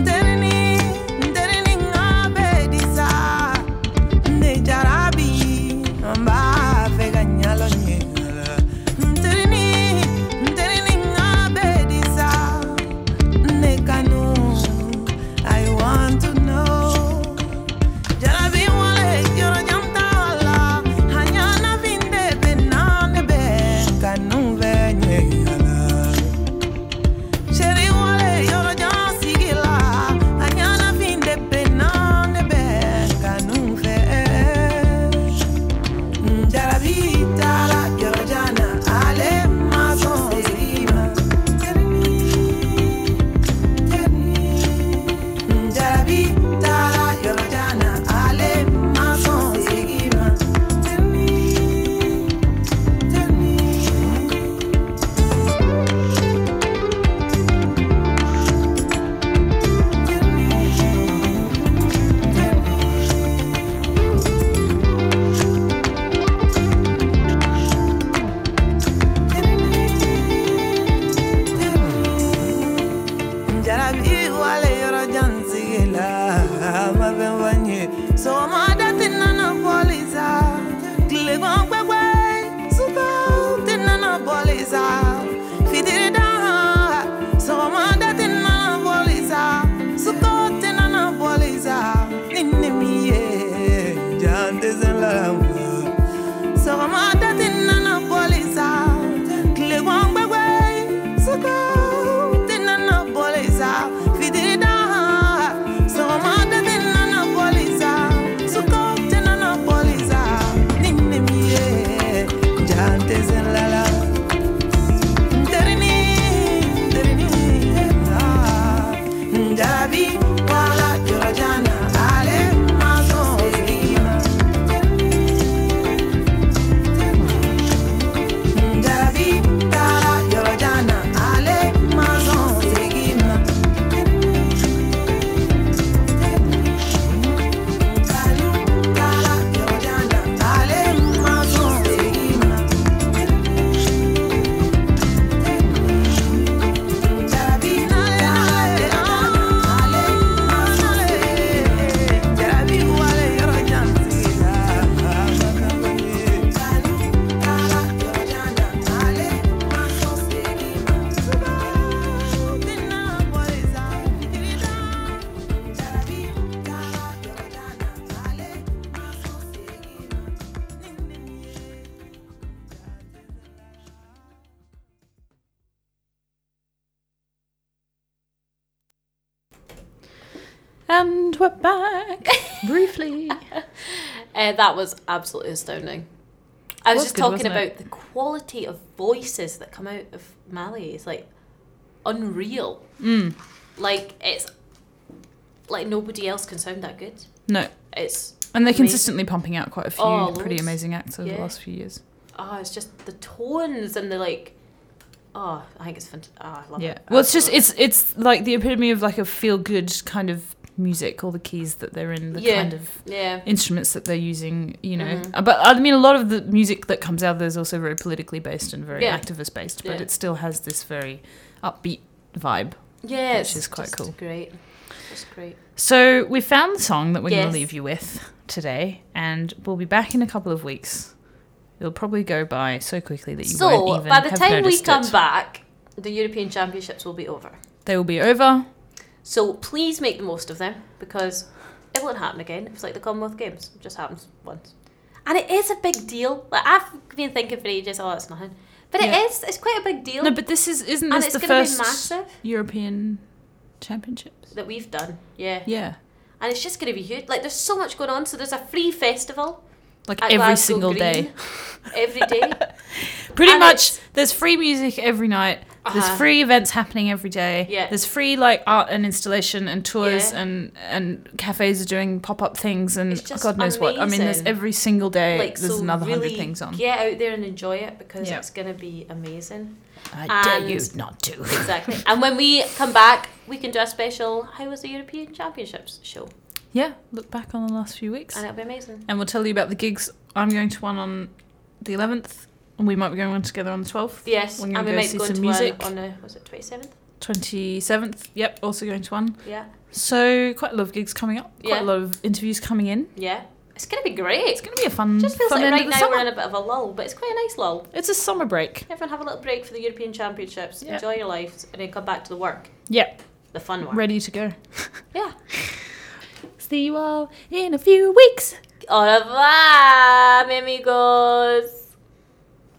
[SPEAKER 4] Ndereni, ndereni ngabe disa, nejarabi, mba fega nyalo nyegala. Ndereni, ndereni ngabe disa, nekanu, I want to know. Jarabi wale, yoro nyamta wala, hanyana vinde benane be, kanu ve nyegala. Chéri wale yoro jan sigila Anyana fin de penan de ben kanun fe Jarabi tala yoro jana ale mason sirima Jarabi tala yoro jana ale mason sirima Tell me, tell me Jarabi wale yoro jansigela ama benvanye so ma dati nana poliza dile gon gbegbe suka ti nana poliza fitiri daha so ma dati nana poliza suka ti nana poliza nini miye jante zelalamu sɔgɔma da tɛ nana bɔli sa tilegan gbɛgbɛ suko tɛ nana bɔli sa fitiri da sɔgɔma da tɛ nana bɔli sa suko tɛ nana bɔli sa ni ne min ye jan tɛ sɛn la la.
[SPEAKER 2] And we're back briefly.
[SPEAKER 1] Uh, that was absolutely astounding. I was,
[SPEAKER 2] Was
[SPEAKER 1] just
[SPEAKER 2] good,
[SPEAKER 1] talking
[SPEAKER 2] wasn't
[SPEAKER 1] about
[SPEAKER 2] it?
[SPEAKER 1] the quality of voices that come out of Mali. It's like unreal.
[SPEAKER 2] Mm.
[SPEAKER 1] Like it's like nobody else can sound that good.
[SPEAKER 2] No,
[SPEAKER 1] It's
[SPEAKER 2] and they're
[SPEAKER 1] Amazing.
[SPEAKER 2] consistently pumping out quite a few
[SPEAKER 1] Oh,
[SPEAKER 2] pretty
[SPEAKER 1] loads.
[SPEAKER 2] amazing acts over the
[SPEAKER 1] Yeah.
[SPEAKER 2] last few years.
[SPEAKER 1] oh, it's just the tones and the like. Oh, I think it's fantastic. Oh, I love
[SPEAKER 2] Yeah.
[SPEAKER 1] it.
[SPEAKER 2] Well, it's just
[SPEAKER 1] Absolutely.
[SPEAKER 2] it's it's like the epitome of like a feel good kind of music. All the keys that they're in, the
[SPEAKER 1] Yeah.
[SPEAKER 2] kind of
[SPEAKER 1] yeah.
[SPEAKER 2] instruments that they're using, you know.
[SPEAKER 1] Mhm.
[SPEAKER 2] Uh, But I mean, a lot of the music that comes out of there is also very politically based and very
[SPEAKER 1] Yeah.
[SPEAKER 2] activist based, but
[SPEAKER 1] Yeah.
[SPEAKER 2] it still has this very upbeat vibe.
[SPEAKER 1] Yeah,
[SPEAKER 2] which
[SPEAKER 1] it's
[SPEAKER 2] is quite
[SPEAKER 1] just
[SPEAKER 2] cool.
[SPEAKER 1] Great. It's great.
[SPEAKER 2] So we found the song that we're going
[SPEAKER 1] Yes.
[SPEAKER 2] to leave you with today, and we'll be back in a couple of weeks. It'll probably go by so quickly that you won't
[SPEAKER 1] So
[SPEAKER 2] even
[SPEAKER 1] by the
[SPEAKER 2] have
[SPEAKER 1] time we
[SPEAKER 2] noticed
[SPEAKER 1] come
[SPEAKER 2] it.
[SPEAKER 1] back, the European Championships will be over.
[SPEAKER 2] they will be over.
[SPEAKER 1] So please make the most of them because it won't happen again. It's like the Commonwealth Games; it just happens once, and it is a big deal. Like I've been thinking for ages, oh, it's nothing, but
[SPEAKER 2] Yeah.
[SPEAKER 1] it is. It's quite a big deal,
[SPEAKER 2] No, but this is isn't
[SPEAKER 1] and
[SPEAKER 2] this
[SPEAKER 1] it's
[SPEAKER 2] the
[SPEAKER 1] going to be
[SPEAKER 2] first
[SPEAKER 1] massive
[SPEAKER 2] European Championships?
[SPEAKER 1] that we've done. Yeah,
[SPEAKER 2] Yeah,
[SPEAKER 1] and it's just going to be huge. Like there's so much going on. So there's a free festival
[SPEAKER 2] like
[SPEAKER 1] at
[SPEAKER 2] every
[SPEAKER 1] Glasgow
[SPEAKER 2] single day.
[SPEAKER 1] Green every day.
[SPEAKER 2] Pretty
[SPEAKER 1] And
[SPEAKER 2] much,
[SPEAKER 1] it's-
[SPEAKER 2] there's free music every night. There's
[SPEAKER 1] Uh-huh.
[SPEAKER 2] free events happening every day.
[SPEAKER 1] Yeah.
[SPEAKER 2] There's free like art and installation and tours
[SPEAKER 1] Yeah.
[SPEAKER 2] and and cafes are doing pop up things and
[SPEAKER 1] It's just
[SPEAKER 2] God knows what. I mean, there's
[SPEAKER 1] amazing.
[SPEAKER 2] every single day.
[SPEAKER 1] like
[SPEAKER 2] there's
[SPEAKER 1] so,
[SPEAKER 2] another
[SPEAKER 1] really
[SPEAKER 2] hundred things on.
[SPEAKER 1] Get out there and enjoy it because
[SPEAKER 2] Yeah.
[SPEAKER 1] it's going to be amazing.
[SPEAKER 2] I
[SPEAKER 1] and-
[SPEAKER 2] dare you not to.
[SPEAKER 1] Exactly. and when we come back, we can do a special How was the European Championships show?
[SPEAKER 2] yeah, look back on the last few weeks,
[SPEAKER 1] And it'll be amazing.
[SPEAKER 2] and we'll tell you about the gigs. I'm going to one on the 11th, and we might be going one together on the 12th.
[SPEAKER 1] Yes,
[SPEAKER 2] We're
[SPEAKER 1] and
[SPEAKER 2] gonna
[SPEAKER 1] we
[SPEAKER 2] go
[SPEAKER 1] might
[SPEAKER 2] see
[SPEAKER 1] go
[SPEAKER 2] some
[SPEAKER 1] into
[SPEAKER 2] music.
[SPEAKER 1] one on the, was it 27th?
[SPEAKER 2] 27th, yep, also going to one.
[SPEAKER 1] Yeah.
[SPEAKER 2] So quite a lot of gigs coming up. Quite
[SPEAKER 1] Yeah.
[SPEAKER 2] a lot of interviews coming in.
[SPEAKER 1] Yeah. It's going to be great.
[SPEAKER 2] It's going to be a fun.
[SPEAKER 1] It just feels
[SPEAKER 2] fun
[SPEAKER 1] like
[SPEAKER 2] end
[SPEAKER 1] right
[SPEAKER 2] of the
[SPEAKER 1] now
[SPEAKER 2] summer.
[SPEAKER 1] we're in a bit of a lull, but it's quite a nice lull.
[SPEAKER 2] It's a summer break.
[SPEAKER 1] Everyone have a little break for the European Championships,
[SPEAKER 2] Yeah.
[SPEAKER 1] enjoy your lives, and then come back to the work,
[SPEAKER 2] Yep,
[SPEAKER 1] the fun work.
[SPEAKER 2] ready to go.
[SPEAKER 1] Yeah.
[SPEAKER 2] See you all in a few weeks.
[SPEAKER 1] Au revoir, amigos.